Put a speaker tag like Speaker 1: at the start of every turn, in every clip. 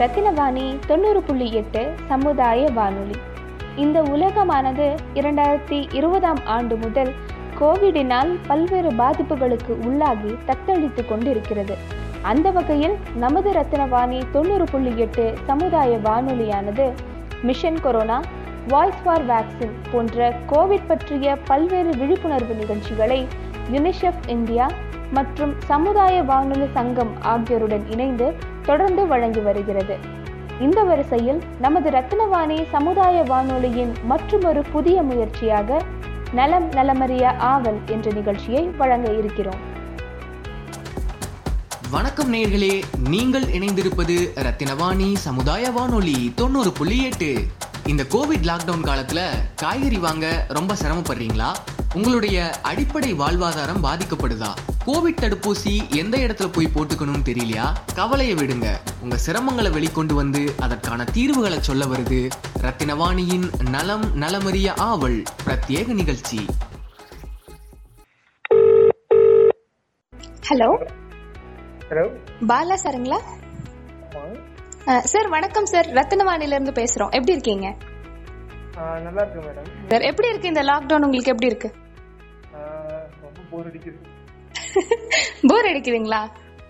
Speaker 1: ரத்தினவாணி தொண்ணூறு புள்ளி எட்டு சமுதாய வானொலி இந்த உலகமானது இரண்டாயிரத்தி இருபதாம் ஆண்டு முதல் கோவிடினால் பல்வேறு பாதிப்புகளுக்கு உள்ளாகி தத்தளித்து கொண்டிருக்கிறது அந்த வகையில் நமது ரத்தினவாணி தொண்ணூறு புள்ளி எட்டு சமுதாய வானொலியானது mission corona voice for vaccine போன்ற கோவிட் பற்றிய பல்வேறு விழிப்புணர்வு நிகழ்ச்சிகளை யுனிசெஃப் இந்தியா மற்றும் சமுதாய வானொலி சங்கம் ஆகியோருடன் இணைந்து தொடர்ந்து வழங்கி வருகிறது இந்த வரிசையில் நமது ரத்னவாணி சமுதாய வானொலியின் மற்றுமொரு புதிய முயற்சியாக நலம் நலமறிய ஆவல் என்ற நிகழ்ச்சியை வழங்க இருக்கிறோம்
Speaker 2: வணக்கம் நேர்களே நீங்கள் இணைந்திருப்பது ரத்தினவாணி சமுதாய வானொலி தொண்ணூறு புள்ளி எட்டு இந்த கோவிட் லாக்டவுன் காலத்துல காய்கறி வாங்க ரொம்ப சிரமப்படுறீங்களா உங்களுடைய அடிப்படை வாழ்வாதாரம் பாதிக்கப்படுதா கோவிட் தடுப்பூசி எந்த இடத்துல போய் போட்டுக்கணும்னு தெரியலையா கவலையை விடுங்க உங்க சிரமங்களை வெளிக்கொண்டு வந்து அதற்கான தீர்வுகளை சொல்ல வருது ரத்தினவாணியின் நலம் நலமறிய ஆவல் பிரத்யேக நிகழ்ச்சி
Speaker 3: ஹலோ
Speaker 4: ஹலோ
Speaker 3: பாலா சாருங்களா அஹ், சார் வணக்கம் சார் ரத்தினவாணில இருந்து பேசுறோம் எப்படி இருக்கீங்க
Speaker 4: நல்லா இருக்கு மேடம்
Speaker 3: சார் எப்படி இருக்கு இந்த லாக்டவுன் உங்களுக்கு எப்படி இருக்கு
Speaker 4: ரொம்ப போர் அடிக்குது
Speaker 3: போர் அடிக்குதுங்களா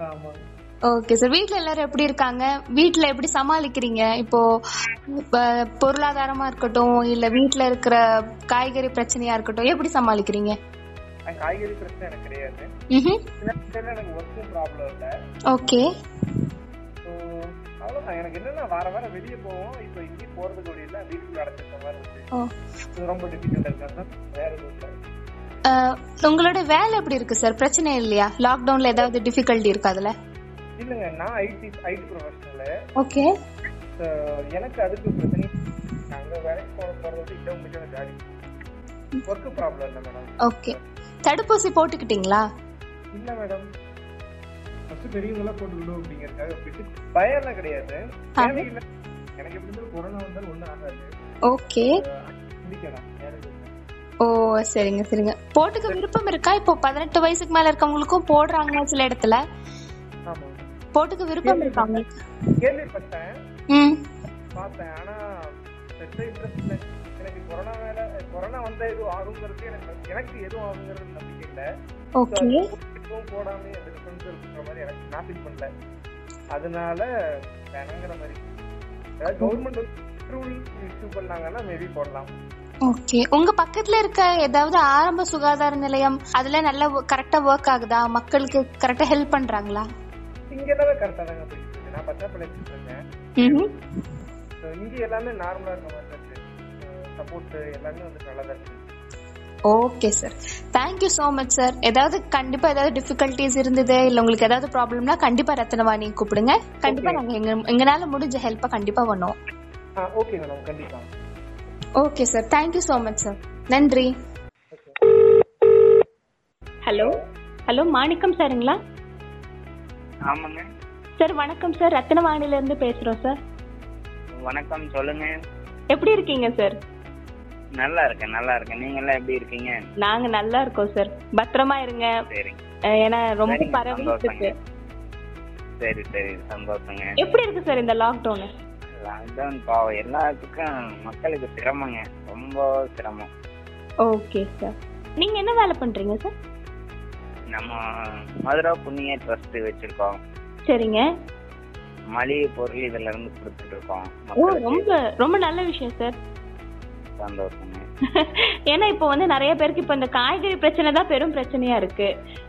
Speaker 4: ஆமா
Speaker 3: ஓகே சார் வீட்ல எல்லாரும் எப்படி இருக்காங்க வீட்ல எப்படி சமாளிக்கிறீங்க இப்போ அஹ், பொருளாதாரமா இருக்கட்டும் இல்ல வீட்ல இருக்கிற காய்கறி பிரச்சனையா இருக்கட்டும் எப்படி சமாளிக்கிறீங்க
Speaker 4: நான் காய்கறி பிரச்சனை எனக்கு கிடையாது சில பிரச்சனை எனக்கு ஒர்க்கும் ப்ராப்ளம் இல்லை
Speaker 3: ஓகே
Speaker 4: ஸோ அவ்வளோதான் எனக்கு என்னன்னா வார வாரம் வெளியே போவோம் இப்போ இங்கேயும் போறதுக்கு வழி இல்லை வீட்டுக்கு அடைச்சிருக்க மாதிரி இருக்கு
Speaker 3: ஓ
Speaker 4: So, ரொம்ப டிஃபிகல்ட் இருக்கிறது வேற எதுவும் இல்லை
Speaker 3: அஹ், உங்களோட வேலை எப்படி இருக்கு சார் பிரச்சனை இல்லையா லாக்டவுன்ல ஏதாவது டிஃபிகல்ட்டி இருக்கா அதுல
Speaker 4: இல்லைங்க நான் IT IT professional
Speaker 3: okay
Speaker 4: so எனக்கு அதுக்கு பிரச்சனை அங்கே வேலைக்கு போகிற போகிறது இன்னும் கொஞ்சம் ஜாலி ஒர்க்கு ப்ராப்ளம் இல்லை மேடம்
Speaker 3: ஓகே தடுப்பூசி போட்டுக்கிட்டீங்களா
Speaker 4: இல்ல மேடம் ஃபர்ஸ்ட் பெரியவங்களாம் போட்டுக்கணும் அப்படிங்கறதுக்காக விட்டு பயம் எல்லாம் கிடையாது தேவையில்லை. எனக்கு எப்படி இருந்தாலும் கொரோனா வந்தாலும் ஒண்ணும் ஆகாது
Speaker 3: ஓகே
Speaker 4: சிந்திக்கலாம் வேற எதுவும் இல்லை.
Speaker 3: ஓ சரிங்க சரிங்க போட்டுக்க விருப்பம் இருக்கா இப்போ பதினெட்டு வயசுக்கு மேல இருக்கவங்களுக்கும் போடுறாங்க சில இடத்துல
Speaker 4: ஆமா
Speaker 3: போட்டுக்க விருப்பம் இருக்கா உங்களுக்கு
Speaker 4: கேள்விப்பட்டேன்
Speaker 3: ம்
Speaker 4: பார்த்தேன் ஆனா பெருசா இன்ட்ரெஸ்ட் இல்லை எனக்கு கொரோனா மேல கொரோனா வந்தா எதுவும் ஆகுங்கிறது எனக்கு எனக்கு எதுவும் ஆகுங்கிறது நம்பிக்கை இல்லை So,
Speaker 3: ஓகே
Speaker 4: அது போட்டுக்கவும் போடாமே அந்த டிஃபரன்ஸ் இருக்கிற மாதிரி எனக்கு நாப்பிங் பண்ணல அதனால வேணாங்கிற மாதிரி ஏதாவது கவர்மெண்ட் ரூல் இஷ்யூ பண்ணாங்கன்னா மேபி போடலாம்
Speaker 3: ஓகே உங்க பக்கத்துல இருக்க ஏதாவது ஆரம்ப சுகாதார நிலையம் அதுல நல்லா கரெக்டா ஒர்க் ஆகுதா மக்களுக்கு கரெக்டா ஹெல்ப் பண்றாங்களா
Speaker 4: இங்க எல்லாமே கரெக்டா தாங்க போயிட்டு இருக்கு நான் பச்சை பிள்ளைச்சிட்டு இருக்கேன்
Speaker 3: ம்
Speaker 4: So, இங்க எல்லாமே நார்மலா இருக்க மாதிரி தான் இருக்கு சப்போர்ட் எல்லாமே வந்து நல்லா தான் இருக்கு
Speaker 3: okay sir thank you so much sir ஏதாவது கண்டிப்பா ஏதாவது டிஃபிகல்ட்டிஸ் இருந்தது இல்ல உங்களுக்கு ஏதாவது ப்ராப்ளம்னா கண்டிப்பா ரத்னவாணி கூப்பிடுங்க கண்டிப்பா
Speaker 4: Okay.
Speaker 3: நாங்க எங்க எங்களால முடிஞ்ச ஹெல்ப்பை கண்டிப்பா பண்ணுவோம்
Speaker 4: ஓகே மேடம் கண்டிப்பா
Speaker 3: okay sir thank you so much sir நன்றி
Speaker 1: ஹலோ ஹலோ மாணிக்கம் சாருங்களா
Speaker 5: ஆமாங்க
Speaker 1: சார் வணக்கம் சார் ரத்தினவாணில இருந்து பேசுறோம் சார்
Speaker 5: வணக்கம் சொல்லுங்க
Speaker 1: எப்படி இருக்கீங்க சார்
Speaker 5: நல்லா இருக்கேன் நல்லா இருக்கேன் நீங்க எல்லாம் எப்படி இருக்கீங்க
Speaker 1: நாங்க நல்லா இருக்கோம் சார் பத்திரமா இருங்க
Speaker 5: சரிங்க
Speaker 1: அஹ் ஏன்னா ரொம்ப
Speaker 5: சரிங்க,
Speaker 1: பரவிட்டு
Speaker 5: சந்தோஷங்க.
Speaker 1: இருக்கு
Speaker 5: சரி சரி சந்தோஷங்க
Speaker 1: எப்படி இருக்கு சார் இந்த லாக்டவுன்
Speaker 5: லாக்டவுன் பாவம் எல்லாத்துக்கும் மக்களுக்கு சிரமங்க ரொம்ப சிரமம்
Speaker 1: ஓகே சார் நீங்க என்ன வேலை பண்றீங்க சார்
Speaker 5: நம்ம மதுரா புண்ணிய ட்ரஸ்ட் வச்சிருக்கோம்
Speaker 1: சரிங்க
Speaker 5: மளிகை பொருள் இதுல இருந்து கொடுத்துட்டு இருக்கோம்
Speaker 1: ஓ
Speaker 5: மக்களுக்கு
Speaker 1: ரொம்ப ரொம்ப நல்ல விஷயம் சார்
Speaker 5: சந்தோஷங்க
Speaker 1: ஏன்னா இப்போ வந்து நிறைய பேருக்கு இப்போ இந்த காய்கறி பிரச்சனை தான் பெரும் பிரச்சனையா இருக்கு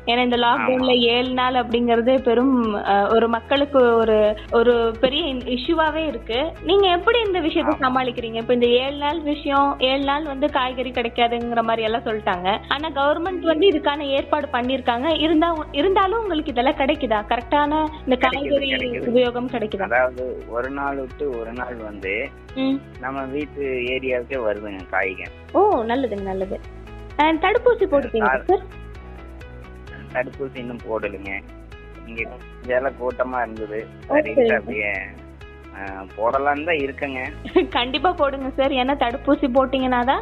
Speaker 1: ஏன்னா இந்த லாக்டவுன்ல ஏழு நாள் அப்படிங்கறது பெரும் அஹ், ஒரு மக்களுக்கு ஒரு ஒரு பெரிய இஷ்யூவாவே இருக்கு நீங்க எப்படி இந்த விஷயத்தை
Speaker 5: ஆமா.
Speaker 1: சமாளிக்கிறீங்க இப்போ இந்த ஏழு நாள் விஷயம் ஏழு நாள் வந்து காய்கறி கிடைக்காதுங்கிற மாதிரி எல்லாம் சொல்லிட்டாங்க ஆனா கவர்மெண்ட் வந்து இதுக்கான ஏற்பாடு பண்ணிருக்காங்க இருந்தா இருந்தாலும் உங்களுக்கு இதெல்லாம் கிடைக்குதா கரெக்டான இந்த
Speaker 5: கிடைக்குது,
Speaker 1: காய்கறி
Speaker 5: கிடைக்குது.
Speaker 1: உபயோகம் கிடைக்குதா
Speaker 5: அதாவது ஒரு நாள் விட்டு ஒரு நாள் வந்து
Speaker 1: ம்.
Speaker 5: நம்ம வீட்டு ஏரியாவுக்கே வருதுங்க காய்கறி
Speaker 1: ஓ நல்லதுங்க நல்லது அஹ், தடுப்பூசி போட்டுப்பீங்க சார்
Speaker 5: தடுப்பூசி இன்னும் போடலைங்க இங்க வேலை கூட்டமா இருந்தது சரின்ட்டு அப்படியே ஆ, போடலான்னு தான் இருக்கேங்க
Speaker 1: கண்டிப்பா போடுங்க சார் ஏன்னா தடுப்பூசி போட்டீங்கன்னா தான்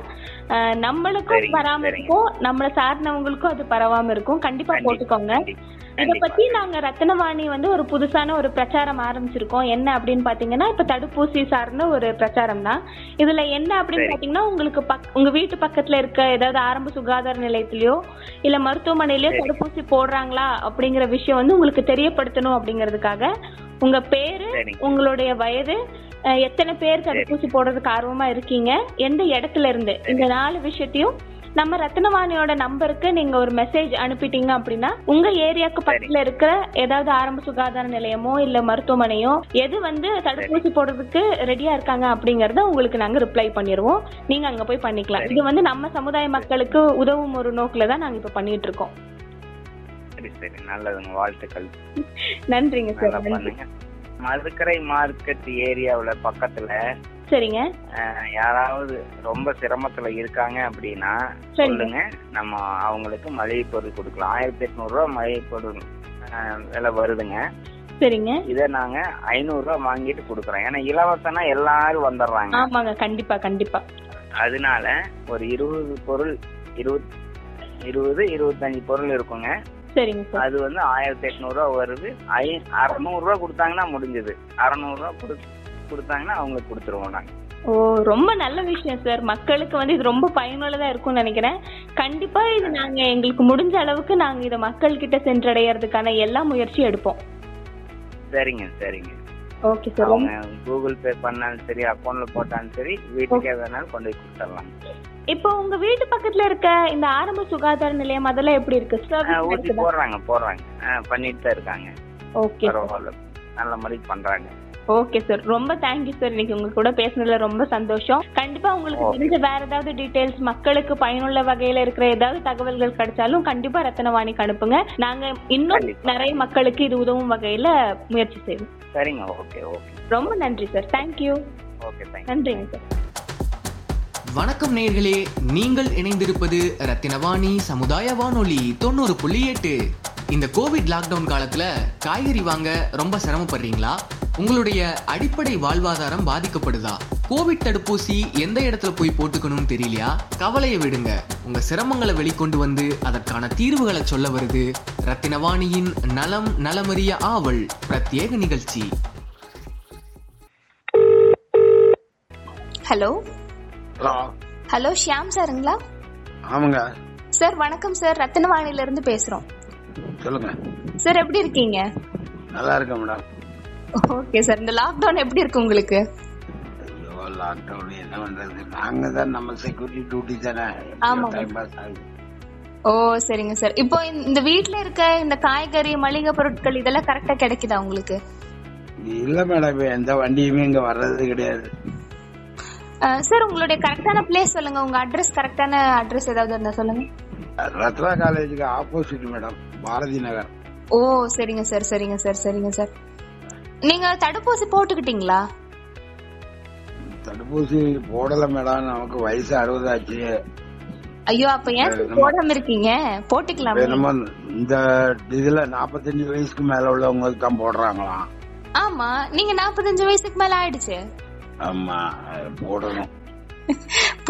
Speaker 1: அஹ், நம்மளுக்கும்
Speaker 5: சரிங்க,
Speaker 1: வராம
Speaker 5: சரிங்க.
Speaker 1: இருக்கும் நம்மள சார்ந்தவங்களுக்கும் அது பரவாம இருக்கும் கண்டிப்பா
Speaker 5: கண்டிப்பா,
Speaker 1: போட்டுக்கோங்க
Speaker 5: கண்டிப்பா.
Speaker 1: இத
Speaker 5: கண்டிப்பா.
Speaker 1: பத்தி நாங்க ரத்னவாணி வந்து ஒரு புதுசான ஒரு பிரச்சாரம் ஆரம்பிச்சிருக்கோம் என்ன அப்படின்னு பாத்தீங்கன்னா இப்ப தடுப்பூசி சார்ந்த ஒரு பிரச்சாரம் தான் இதுல என்ன அப்படின்னு
Speaker 5: சரி.
Speaker 1: பாத்தீங்கன்னா உங்களுக்கு பக்- உங்க வீட்டு பக்கத்துல இருக்க ஏதாவது ஆரம்ப சுகாதார நிலையத்திலயோ இல்ல மருத்துவமனையிலயோ
Speaker 5: சரி.
Speaker 1: தடுப்பூசி போடுறாங்களா அப்படிங்கிற விஷயம் வந்து உங்களுக்கு தெரியப்படுத்தணும் அப்படிங்கிறதுக்காக உங்க பேரு
Speaker 5: சரிங்க
Speaker 1: உங்களுடைய வயது அஹ், எத்தனை பேர் தடுப்பூசி போடுறதுக்கு ஆர்வமா இருக்கீங்க எந்த இடத்துல இருந்து இந்த நாலு விஷயத்தையும் நம்ம ரத்னவாணியோட நம்பருக்கு நீங்க ஒரு மெசேஜ் அனுப்பிட்டீங்க அப்படின்னா உங்க ஏரியாக்கு
Speaker 5: சரி.
Speaker 1: பக்கத்துல இருக்கிற ஏதாவது ஆரம்ப சுகாதார நிலையமோ இல்ல மருத்துவமனையோ எது வந்து தடுப்பூசி போடுறதுக்கு ரெடியா இருக்காங்க அப்படிங்கறத உங்களுக்கு நாங்க ரிப்ளை பண்ணிடுவோம் நீங்க அங்க போய் பண்ணிக்கலாம்
Speaker 5: சரி.
Speaker 1: இது வந்து நம்ம சமுதாய மக்களுக்கு உதவும் ஒரு நோக்குல தான் நாங்க இப்ப பண்ணிட்டு இருக்கோம்
Speaker 5: சரி சரி நல்லதுங்க வாழ்த்துக்கள்
Speaker 1: நன்றிங்க
Speaker 5: நல்லா
Speaker 1: சார் நன்றி
Speaker 5: பண்ணுங்க மதுக்கரை மார்க்கெட் ஏரியாவுல பக்கத்துல
Speaker 1: சரிங்க
Speaker 5: அஹ், யாராவது ரொம்ப சிரமத்துல இருக்காங்க அப்படின்னா
Speaker 1: சரிங்க.
Speaker 5: சொல்லுங்க நம்ம அவங்களுக்கு மளிகை பொருள் கொடுக்கலாம் ஆயிரத்தி எட்நூறு ரூபா மளிகை பொருள் அஹ், விலை வருதுங்க
Speaker 1: சரிங்க
Speaker 5: இதை நாங்க ஐநூறு ரூபா வாங்கிட்டு கொடுக்குறோம் ஏன்னா இலவசம்னா எல்லாரும் வந்துடுறாங்க
Speaker 1: ஆமாங்க கண்டிப்பா கண்டிப்பா
Speaker 5: அதனால ஒரு இருபது பொருள் இருபது இருபது இருபத்தஞ்சு பொருள் இருக்குங்க
Speaker 1: சரிங்க சார்
Speaker 5: அது வந்து ஆயிரத்தி எட்நூறுவா வருது ஐ அறநூறுவா கொடுத்தாங்கன்னா முடிஞ்சது அறநூறுவா கொடு கொடுத்தாங்கன்னா அவங்களுக்கு கொடுத்துருவோம் நாங்க
Speaker 1: ஓ ரொம்ப நல்ல விஷயம் சார் மக்களுக்கு வந்து இது ரொம்ப பயனுள்ளதா இருக்கும்னு நினைக்கிறேன் கண்டிப்பா இது நாங்க எங்களுக்கு முடிஞ்ச அளவுக்கு நாங்க இதை மக்கள் கிட்ட சென்றடையறதுக்கான எல்லா முயற்சியும் எடுப்போம்
Speaker 5: சரிங்க சரிங்க
Speaker 1: ஓகே சார்
Speaker 5: அவங்க கூகுள் பே பண்ணாலும் சரி அக்கௌண்ட்ல போட்டாலும் சரி வீட்டுக்கே வேணாலும் கொண்டு போய் கொடுத்துடலாம்
Speaker 1: இப்போ உங்க வீட்டு பக்கத்துல இருக்க இந்த ஆரம்ப சுகாதார நிலையம் அதெல்லாம் எப்படி இருக்கு
Speaker 5: ஆஹ் ஊசி
Speaker 1: சர்வீஸ்
Speaker 5: போடுறாங்க போடுறாங்க ஆஹ் பண்ணிட்டு தான் இருக்காங்க
Speaker 1: ஓகே
Speaker 5: பரவாயில்ல நல்ல முறைக்கு பண்றாங்க
Speaker 1: ஓகே சார் ரொம்ப தேங்க்யூ சார் இன்னைக்கு உங்க கூட பேசுனதுல ரொம்ப சந்தோஷம் கண்டிப்பா உங்களுக்கு
Speaker 5: Okay.
Speaker 1: தெரிஞ்ச வேற ஏதாவது டீடைல்ஸ் மக்களுக்கு பயனுள்ள வகையில இருக்கிற ஏதாவது தகவல்கள் கிடைச்சாலும் கண்டிப்பா ரத்தனவாணிக்கு அனுப்புங்க நாங்க இன்னும்
Speaker 5: கண்டிப்பா.
Speaker 1: நிறைய மக்களுக்கு இது உதவும் வகையில முயற்சி செய்வோம்
Speaker 5: சரிங்க ஓகே ஓகே
Speaker 1: ரொம்ப நன்றி சார் தேங்க்யூ
Speaker 5: ஓகே தேங்க்யூ
Speaker 1: நன்றிங்க சார்
Speaker 2: வணக்கம் நேயர்களே நீங்கள் இணைந்திருப்பது ரத்தினவாணி சமுதாய வானொலி தொண்ணூறு புள்ளி எட்டு இந்த கோவிட் லாக்டவுன் காலத்துல காய்கறி வாங்க ரொம்ப சிரமப்படுறீங்களா உங்களுடைய அடிப்படை வாழ்வாதாரம் பாதிக்கப்படுதா கோவிட் தடுப்பூசி எந்த இடத்துல போய் போட்டுக்கணும்னு தெரியலையா கவலையை விடுங்க உங்க சிரமங்களை வெளிக்கொண்டு வந்து அதற்கான தீர்வுகளை சொல்ல வருது ரத்தினவாணியின் நலம் நலமறிய ஆவல் பிரத்யேக நிகழ்ச்சி
Speaker 6: ஹலோ
Speaker 7: ஹலோ
Speaker 6: ஹலோ ஷியாம் சாருங்களா
Speaker 7: ஆமாங்க
Speaker 6: சார் வணக்கம் சார் ரத்தனவாணில இருந்து பேசுறோம்
Speaker 7: சொல்லுங்க
Speaker 6: சார் எப்படி இருக்கீங்க
Speaker 7: நல்லா இருக்கேன் மேடம்
Speaker 6: ஓகே சார் இந்த லாக்டவுன் எப்படி இருக்கு உங்களுக்கு
Speaker 7: ஐயோ லாக்டவுன் என்ன பண்றது நாங்க தான் நம்ம செக்யூரிட்டி டியூட்டி தானே
Speaker 6: ஆமாங்க.
Speaker 7: டைம் பாஸ் ஆகுது
Speaker 6: ஓ சரிங்க சார் இப்போ இந்த- இந்த வீட்ல இருக்க இந்த காய்கறி மளிகை பொருட்கள் இதெல்லாம் கரெக்டா கிடைக்குதா உங்களுக்கு
Speaker 7: இல்ல மேடம் இப்ப எந்த வண்டியுமே இங்க வர்றது கிடையாது
Speaker 6: அஹ், சார் உங்களுடைய கரெக்டான பிளேஸ் சொல்லுங்க உங்க அட்ரஸ் கரெக்டான அட்ரஸ் ஏதாவது இருந்தா சொல்லுங்க
Speaker 7: ரத்னா காலேஜுக்கு ஆப்போசிட் மேடம் பாரதி நகர்
Speaker 6: ஓ சரிங்க சார் சரிங்க சார் சரிங்க சார் நீங்க தடுப்பூசி போட்டுக்கிட்டீங்களா
Speaker 7: தடுப்பூசி போடல மேடம் நமக்கு வயசு அறுபது ஆச்சு
Speaker 6: ஐயோ அப்ப ஏன் சார் போடாம இருக்கீங்க போட்டுக்கலாமே
Speaker 7: என்னமோ இந்த இதுல நாற்பத்தஞ்சு வயசுக்கு மேல உள்ளவங்களுக்கு தான் போடுறாங்களாம்
Speaker 6: ஆமா நீங்க 45 வயசுக்கு மேல ஆயிடுச்சு
Speaker 7: ஆமா அது போடணும்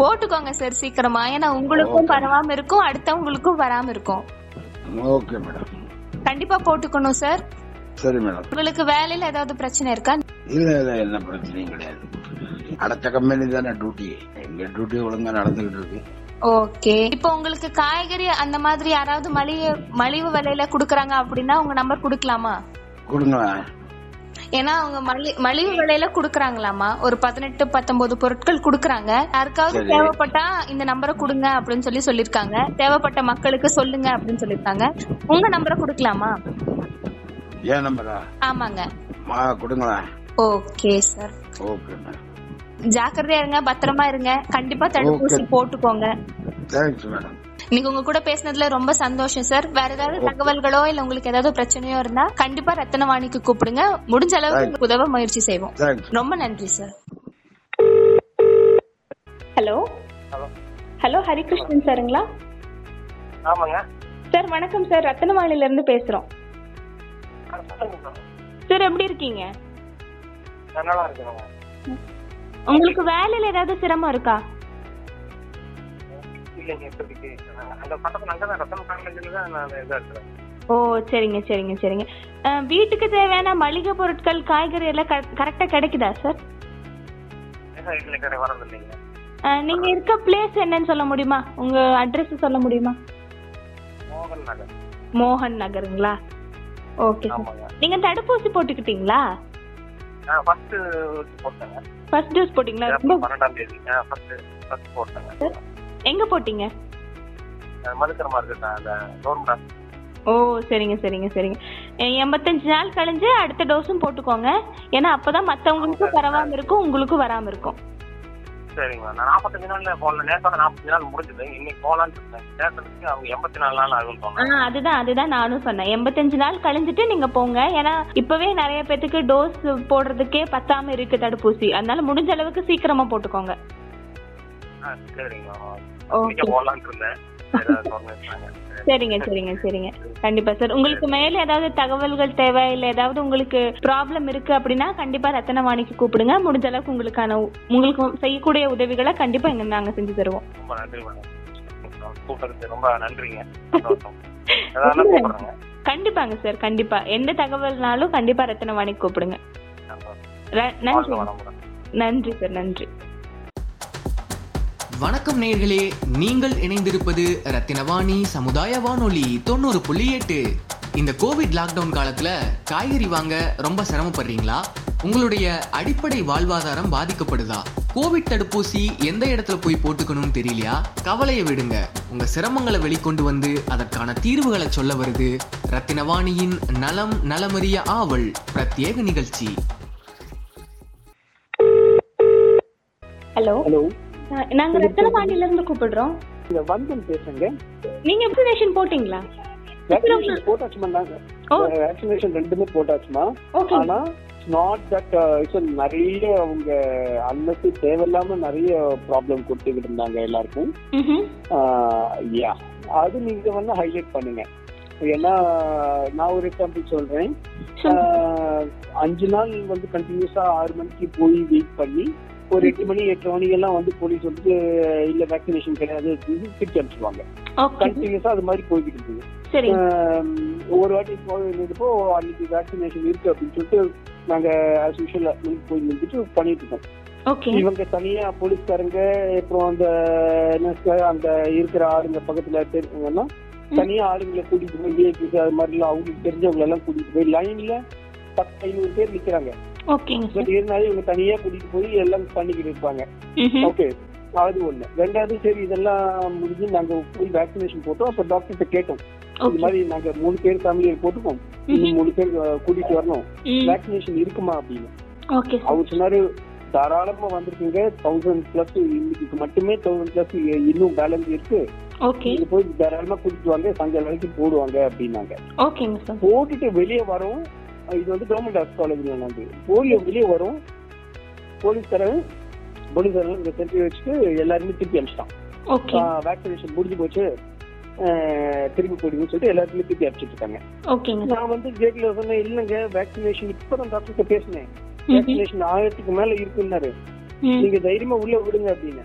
Speaker 6: போட்டுக்கோங்க சார் சீக்கிரமா ஏன்னா உங்களுக்கும்
Speaker 7: Okay.
Speaker 6: பரவாம இருக்கும் அடுத்தவங்களுக்கும் வராம இருக்கும்
Speaker 7: ஓகே மேடம்
Speaker 6: கண்டிப்பா போட்டுக்கணும் சார்
Speaker 7: சரி மேடம்
Speaker 6: உங்களுக்கு வேலையில ஏதாவது பிரச்சனை இருக்கா
Speaker 7: இல்ல இல்ல என்ன பிரச்சனையும் கிடையாது அடுத்த கம்பெனி தானே டியூட்டி எங்க டியூட்டி ஒழுங்கா நடந்துகிட்டு இருக்கு
Speaker 6: ஓகே இப்போ உங்களுக்கு காய்கறி அந்த மாதிரி யாராவது மலிவு மலிவு விலையில குடுக்கறாங்க அப்படின்னா உங்க நம்பர் குடுக்கலாமா
Speaker 7: கொடுங்களேன்
Speaker 6: ஏன்னா அவங்க மலி மலிவு விலையில குடுக்கறாங்களாமா ஒரு பதினெட்டு பத்தொன்பது பொருட்கள் குடுக்கறாங்க யாருக்காவது
Speaker 7: சரி.
Speaker 6: தேவைப்பட்டா இந்த நம்பரை கொடுங்க அப்படின்னு சொல்லி சொல்லிருக்காங்க தேவைப்பட்ட மக்களுக்கு சொல்லுங்க அப்படின்னு சொல்லிருக்காங்க உங்க நம்பரை குடுக்கலாமா
Speaker 7: ஏன் நம்பரா
Speaker 6: ஆமாங்க
Speaker 7: மா கொடுங்களேன்
Speaker 6: ஓகே சார்
Speaker 7: ஓகே மேடம்
Speaker 6: ஜாக்கிரதையா இருங்க பத்திரமா இருங்க கண்டிப்பா தடுப்பூசி
Speaker 7: Okay.
Speaker 6: போட்டுக்கோங்க
Speaker 7: தேங்க்ஸ் மேடம்
Speaker 6: இன்னைக்கு உங்க கூட பேசினதுல ரொம்ப சந்தோஷம் சார் வேற ஏதாவது தகவல்களோ இல்ல உங்களுக்கு ஏதாவது பிரச்சனையோ இருந்தா கண்டிப்பா ரத்தனவாணிக்கு கூப்பிடுங்க முடிஞ்ச அளவுக்கு
Speaker 7: Right.
Speaker 6: உங்களுக்கு உதவ முயற்சி செய்வோம்
Speaker 7: தேங்க்ஸ்
Speaker 6: ரொம்ப நன்றி சார்
Speaker 1: ஹலோ ஹலோ ஹரிகிருஷ்ணன் சாருங்களா
Speaker 4: ஆமாங்க
Speaker 1: சார் வணக்கம் சார் ரத்தனவாணில இருந்து பேசுறோம் சார் எப்படி இருக்கீங்க
Speaker 4: நல்லா இருக்குங்க
Speaker 1: உங்களுக்கு வேலையில ஏதாவது சிரமம் இருக்கா
Speaker 4: இல்லைங்க இப்போதைக்கு அந்த பக்கத்துல அங்கே தான் ரத்தம் காலேஜில் தான் நான் இதாக இருக்கிறேன்
Speaker 1: ஓ சரிங்க சரிங்க சரிங்க அஹ், வீட்டுக்கு தேவையான மளிகை பொருட்கள் காய்கறி எல்லாம் கரெக்டா கிடைக்குதா சார்
Speaker 4: இல்ல கடை வரது இல்லைங்க
Speaker 1: அஹ், நீங்க இருக்க பிளேஸ் என்னன்னு சொல்ல முடியுமா உங்க அட்ரஸ் சொல்ல முடியுமா
Speaker 4: மோகன் நகர்
Speaker 1: மோகன் நகருங்களா ஓகே சார்
Speaker 4: ஆமாங்க
Speaker 1: நீங்க தடுப்பூசி போட்டுக்கிட்டீங்களா
Speaker 4: நான் ஃபர்ஸ்ட் போட்டேங்க
Speaker 1: ஃபர்ஸ்ட் டோஸ் போட்டீங்களா ரொம்ப
Speaker 4: பன்னெண்டாம் தேதி ஃபர்ஸ்ட் ஃபர்ஸ்ட் போட்டேங்க
Speaker 1: எங்க போட்டீங்க
Speaker 4: மதுக்கரமா இருக்கு அந்த கவர்மெண்ட்
Speaker 1: ஓ சரிங்க சரிங்க சரிங்க அஹ், எண்பத்தஞ்சு நாள் கழிஞ்சு அடுத்த டோஸும் போட்டுக்கோங்க ஏன்னா அப்பதான் மத்தவங்களுக்கும் பரவாம இருக்கும் உங்களுக்கும் வராம இருக்கும்
Speaker 4: சரிங்க நான் நாற்பத்தஞ்சு நாள்ல போகல நேற்று நாற்பத்தஞ்சு நாள் முடிஞ்சது இன்னைக்கு போகலான்னு இருக்கேன் நேரத்துக்கு அவங்க எண்பத்தி நாலு நாள் ஆகும்னு
Speaker 1: ஆ
Speaker 4: சொன்னாங்க
Speaker 1: அதுதான் அதுதான் நானும் சொன்னேன் எண்பத்தஞ்சு நாள் கழிஞ்சிட்டு நீங்க போங்க ஏன்னா இப்பவே நிறைய பேத்துக்கு டோஸ் போடுறதுக்கே பத்தாம இருக்கு தடுப்பூசி அதனால முடிஞ்ச அளவுக்கு சீக்கிரமா போட்டுக்கோங்க
Speaker 4: ஆ, சரிங்க
Speaker 1: ஓகே
Speaker 4: இன்னைக்கு போகலான்னு இருந்தேன் சரி, அதை சொன்னேன்.
Speaker 1: சரிங்க சரிங்க சரிங்க கண்டிப்பா சார் உங்களுக்கு மேல ஏதாவது தகவல்கள் தேவை இல்ல ஏதாவது உங்களுக்கு ப்ராப்ளம் இருக்கு அப்படின்னா கண்டிப்பா ரத்தனவாணிக்கு கூப்பிடுங்க முடிஞ்ச அளவுக்கு உங்களுக்கான உ- உங்களுக்கு செய்யக்கூடிய உதவிகளை கண்டிப்பா எங்க நாங்க செஞ்சு தருவோம்
Speaker 4: ரொம்ப நன்றி மேடம் கூப்பிட்டதுக்கு ரொம்ப நன்றிங்க சந்தோஷம். எதாவது கூப்பிடுறேங்க
Speaker 1: கண்டிப்பாங்க சார் கண்டிப்பா எந்த தகவல்னாலும் கண்டிப்பா ரத்தனவாணிக்கு கூப்பிடுங்க
Speaker 4: சந்தோஷம்.
Speaker 1: ர-
Speaker 4: வாழ்க
Speaker 1: நன்றி
Speaker 4: வளமுடன்.
Speaker 1: நன்றி சார் நன்றி
Speaker 2: வணக்கம் நேயர்களே நீங்கள் இணைந்திருப்பது ரத்தினவாணி சமுதாய வானொலி தொண்ணூறு புள்ளி எட்டு இந்த கோவிட் லாக்டவுன் காலத்துல காய்கறி வாங்க ரொம்ப சிரமப்படுறீங்களா உங்களுடைய அடிப்படை வாழ்வாதாரம் பாதிக்கப்படுதா கோவிட் தடுப்பூசி எந்த இடத்துல போய் போட்டுக்கணும்னு தெரியலையா கவலையை விடுங்க உங்க சிரமங்களை வெளிக்கொண்டு வந்து அதற்கான தீர்வுகளை சொல்ல வருது ரத்தினவாணியின் நலம் நலமறிய ஆவல் பிரத்யேக நிகழ்ச்சி
Speaker 1: ஹலோ
Speaker 8: ஹலோ
Speaker 1: நா- நாங்க ரத்தனவாணில இருந்து கூப்பிடுறோம்
Speaker 8: இந்த வந்தன் பேசுறேங்க
Speaker 1: நீங்க வேக்சினேஷன் போட்டீங்களா
Speaker 8: வேக்சினேஷன் போட்டாச்சுமா
Speaker 1: ஓ.
Speaker 8: நாங்க வேக்சினேஷன் ரெண்டுமே போட்டாச்சுமா
Speaker 1: ஓகே
Speaker 8: ஆனா நாட் தட் நிறைய அவங்க அன்னசி தேவையில்லாம நிறைய ப்ராப்ளம் கொடுத்துக்கிட்டு இருந்தாங்க எல்லாருக்கும் யா அது நீங்க வந்து ஹைலைட் பண்ணுங்க ஏன்னா நான் ஒரு எக்ஸாம்பிள் சொல்றேன் ஆஹ், அஞ்சு நாள் வந்து கண்டினியூஸா ஆறு மணிக்கு போய் வெயிட் பண்ணி ஒரு எட்டு மணி எட்டு மணி எல்லாம் வந்து போலீஸ் வந்து இல்ல வேக்சினேஷன் கிடையாது அப்படின்னு திருப்பி அனுப்பிச்சுவாங்க
Speaker 1: ஓகே
Speaker 8: கண்டினியூஸா அது மாதிரி போய்கிட்டு இருந்தது
Speaker 1: சரி
Speaker 8: ஆம், ஒரு வாட்டி போயிருந்தப்போ அன்னைக்கு வேக்சினேஷன் இருக்கு அப்படின்னு சொல்லிட்டு நாங்க ஆஸ் யூஷுவல் போய் நின்றுட்டு பண்ணிட்டு இருக்கோம்
Speaker 1: ஓகே
Speaker 8: இவங்க தனியா போலீஸ்காரங்க அப்புறம் அந்த என்ன அந்த இருக்கிற ஆளுங்க பக்கத்துல தெரிஞ்சவங்கன்னா தனியா ஆளுங்களை கூட்டிட்டு போய் விஐபிஸ் அது மாதிரி எல்லாம் அவங்களுக்கு தெரிஞ்சவங்க எல்லாம் கூட்டிட்டு போய் லைன்ல பத்து ஐநூறு பேர் நிக்கிறாங்க
Speaker 1: ஓகேங்க சார்
Speaker 8: பட் இருந்தாலும் இவங்க தனியா கூட்டிட்டு போய் எல்லாம் பண்ணிக்கிட்டு இருப்பாங்க
Speaker 1: ம்ஹும்.
Speaker 8: ஓகே அது ஒண்ணு ரெண்டாவது சரி இதெல்லாம் முடிஞ்சு நாங்க போய் வேக்சினேஷன் போட்டோம் அப்ப டாக்டர்கிட்ட கேட்டோம் இந்த
Speaker 1: ஓகே
Speaker 8: மாதிரி நாங்க மூணு பேர் ஃபேமிலியை போட்டுக்கோம் இன்னும் மூணு பேர் அஹ், கூட்டிட்டு வரணும்
Speaker 1: ம்.
Speaker 8: வேக்சினேஷன் இருக்குமா அப்படின்னு
Speaker 1: ஓகே சார்
Speaker 8: அவர் சொன்னாரு தாராளமா வந்திருக்கீங்க தௌசண்ட் பிளஸ் இன்னைக்கு மட்டுமே தௌசண்ட் பிளஸ் இன்னும் பேலன்ஸ் இருக்கு
Speaker 1: ஓகே
Speaker 8: நீங்க போய் தாராளமா கூட்டிட்டு வாங்க சாயங்காலம் வரைக்கும் போடுவாங்க அப்படின்னாங்க
Speaker 1: ஓகேங்க சார்
Speaker 8: போட்டுட்டு வெளியே வரும் அஹ், இது வந்து கவர்மெண்ட் ஆர்ட்ஸ் காலேஜ்ல வந்து போலியோ வெளியே வரும் போலீஸ்காரன் போலீஸ்காரன் இங்க திருப்பி வச்சுட்டு எல்லாருமே திருப்பி அனுப்பிச்சிட்டான்
Speaker 1: ஓகே
Speaker 8: வேக்சினேஷன் முடிஞ்சு போச்சு அஹ், திருப்பி போடுங்கன்னு சொல்லிட்டு எல்லாருமே திருப்பி அனுப்பிச்சிட்டு இருக்காங்க
Speaker 1: ஓகேங்க சார்
Speaker 8: நான் வந்து கேட்கல சொன்னேன் இல்லைங்க வேக்சினேஷன் இப்பதான் டாக்டர் பேசினேன்
Speaker 1: ம்ஹும்.
Speaker 8: வேக்சினேஷன் ஆயிரத்துக்கு மேல இருக்குன்னாரு
Speaker 1: ம்.
Speaker 8: நீங்க தைரியமா உள்ள விடுங்க அப்படின்னு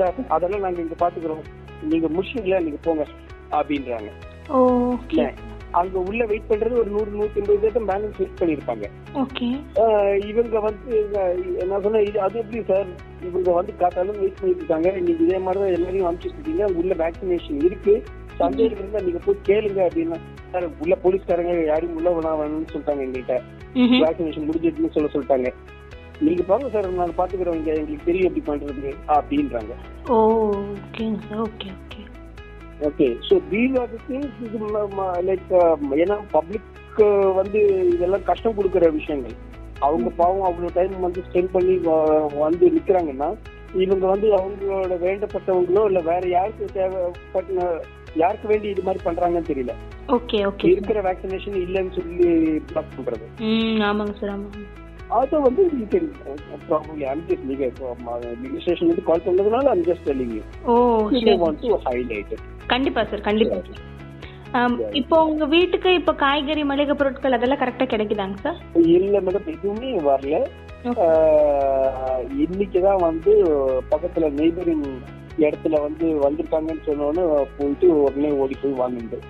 Speaker 8: சார் அதெல்லாம் நாங்க இங்க பாத்துக்கிறோம் நீங்க முடிச்சுங்களா நீங்க போங்க அப்படின்றாங்க
Speaker 1: ஓகே
Speaker 8: அங்க உள்ள வெயிட் பண்றது ஒரு நூறு நூத்தி ஐம்பது பேர்தான் பேலன்ஸ் வெயிட் பண்ணிருப்பாங்க
Speaker 1: ஓகே
Speaker 8: ஆஹ் இவங்க வந்து இவங்க- நான் சொன்னேன் இது அது எப்படி சார் இவங்க வந்து காத்தாலும் வெயிட் பண்ணிட்டு இருக்காங்க நீங்க இதே மாதிரிதான் எல்லாரையும் அனுப்பிச்சிட்டு இருக்கீங்க உள்ள வேக்சினேஷன் இருக்கு சந்தேகம் இருந்தா நீங்க போய் கேளுங்க அப்படின்னா சார் உள்ள போலீஸ்காரங்க யாரும் உள்ள வேணாம் வேணும்னு சொல்லிட்டாங்க எங்கள்கிட்ட
Speaker 1: ம்ஹும்.
Speaker 8: வேக்சினேஷன் முடிஞ்சிடுன்னு சொல்ல சொல்லிட்டாங்க நீங்க பாருங்க சார் நாங்க பாத்துக்கிறோம் இங்க எங்களுக்கு தெரியும் எப்படி பண்றது அப்படின்றாங்க
Speaker 1: ஓ ஓகேங்க sir okay okay
Speaker 8: okay so these are things இது லைக் ஏன்னா பப்ளிக் வந்து இதெல்லாம் கஷ்டம் கொடுக்குற விஷயங்கள் அவங்க பாவம் அவ்வளோ டைம் வந்து ஸ்பெண்ட் பண்ணி வ- வந்து நிக்கிறாங்கன்னா இவங்க வந்து அவங்களோட வேண்டப்பட்டவங்களோ இல்ல வேற யாருக்கு தேவைப்பட்ட யாருக்கு வேண்டி இது மாதிரி பண்றாங்கன்னு தெரியல
Speaker 1: ஓகே ஓகே சார்.
Speaker 8: இருக்கிற வேக்சினேஷன் இல்லைன்னு சொல்லி பிளாக் பண்றது
Speaker 1: ம் ஆமாங்க சார் ஆமாங்க
Speaker 8: அது வந்து you can, uh, probably I'm just நீங்க uh, administration வந்து கால் பண்ணதுனால I'm just telling you.
Speaker 1: ஓ
Speaker 8: You may
Speaker 1: சரி
Speaker 8: want to highlight it.
Speaker 1: கண்டிப்பா சார் கண்டிப்பா சார் ஆம், இப்போ உங்க வீட்டுக்கு இப்போ காய்கறி மளிகை பொருட்கள் அதெல்லாம் கரெக்டா கிடைக்குதாங்க சார்
Speaker 8: இல்ல மேடம் எதுவுமே வரல
Speaker 1: Okay.
Speaker 8: ஆஹ், இன்னைக்குதான் வந்து பக்கத்துல நெய்பரிங் இடத்துல வந்து வந்திருக்காங்கன்னு சொன்னோன்னு போயிட்டு உடனே ஓடி போய் வாங்கிட்டு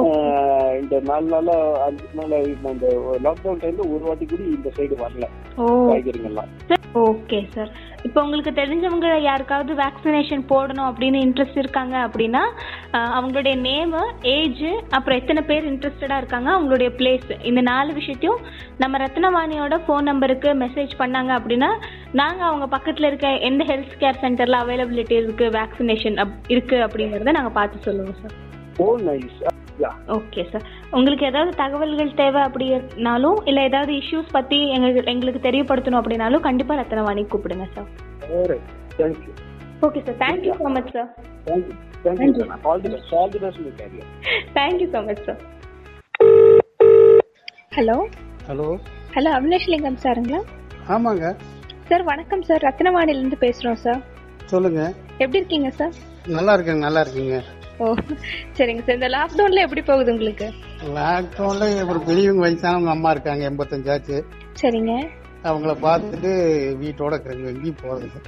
Speaker 8: ஆஹ் இந்த நாலு நாளா அஞ்சு நாளா இந்த- இந்த லாக்டவுன் டைம்ல ஒரு வாட்டி கூட இந்த சைடு வரல
Speaker 9: ஓ
Speaker 8: காய்கறிகள்லாம்
Speaker 9: ஓகே சார் இப்போ உங்களுக்கு தெரிஞ்சவங்க யாருக்காவது வேக்சினேஷன் போடணும் அப்படின்னு இன்ட்ரெஸ்ட் இருக்காங்க அப்படின்னா அஹ், அவங்களுடைய நேமு ஏஜ் அப்புறம் எத்தனை பேர் இன்ட்ரெஸ்டடாக இருக்காங்க அவங்களுடைய பிளேஸ் இந்த நாலு விஷயத்தையும் நம்ம ரத்னவாணியோட ஃபோன் நம்பருக்கு மெசேஜ் பண்ணாங்க அப்படின்னா நாங்கள் அவங்க பக்கத்தில் இருக்க எந்த ஹெல்த் கேர் சென்டரில் அவைலபிலிட்டி இருக்குது வேக்சினேஷன் அப் இருக்குது அப்படிங்கிறத நாங்கள் பார்த்து சொல்லுவோம் சார்
Speaker 8: ஓ நைஸ்
Speaker 9: ஓகே சார் உங்களுக்கு ஏதாவது தகவல்கள் தேவை அப்படின்னாலும் இல்லை ஏதாவது இஷ்யூஸ் பற்றி எங்களுக்கு எங்களுக்கு தெரியப்படுத்தணும் அப்படின்னாலும் கண்டிப்பாக ரத்னவாணி கூப்பிடுங்க sir
Speaker 8: thank you
Speaker 9: okay sir thank you so much sir
Speaker 8: thank you thank you all the best all the best my career
Speaker 9: thank you so much sir
Speaker 1: hello
Speaker 6: hello
Speaker 1: hello Abhilash Lingam சாருங்களா
Speaker 6: ஆமாங்க
Speaker 1: சார் வணக்கம் சார் ரத்னவாணிலேருந்து பேசுகிறோம் சார்
Speaker 6: சொல்லுங்க
Speaker 1: எப்படி இருக்கீங்க சார்
Speaker 6: நல்லா இருக்கேங்க நல்லா இருக்கீங்க
Speaker 1: ஓ சரிங்க சார் இந்த லாக்டவுனில் எப்படி போகுது உங்களுக்கு
Speaker 6: லாக்டவுன்ல ஒரு பெரியவங்க வயசானவங்க அம்மா இருக்காங்க எண்பத்தஞ்சாச்சு
Speaker 1: சரிங்க
Speaker 6: அவங்கள பார்த்துட்டு வீட்டோட இருக்கிறவங்க எங்கேயும் போகிறது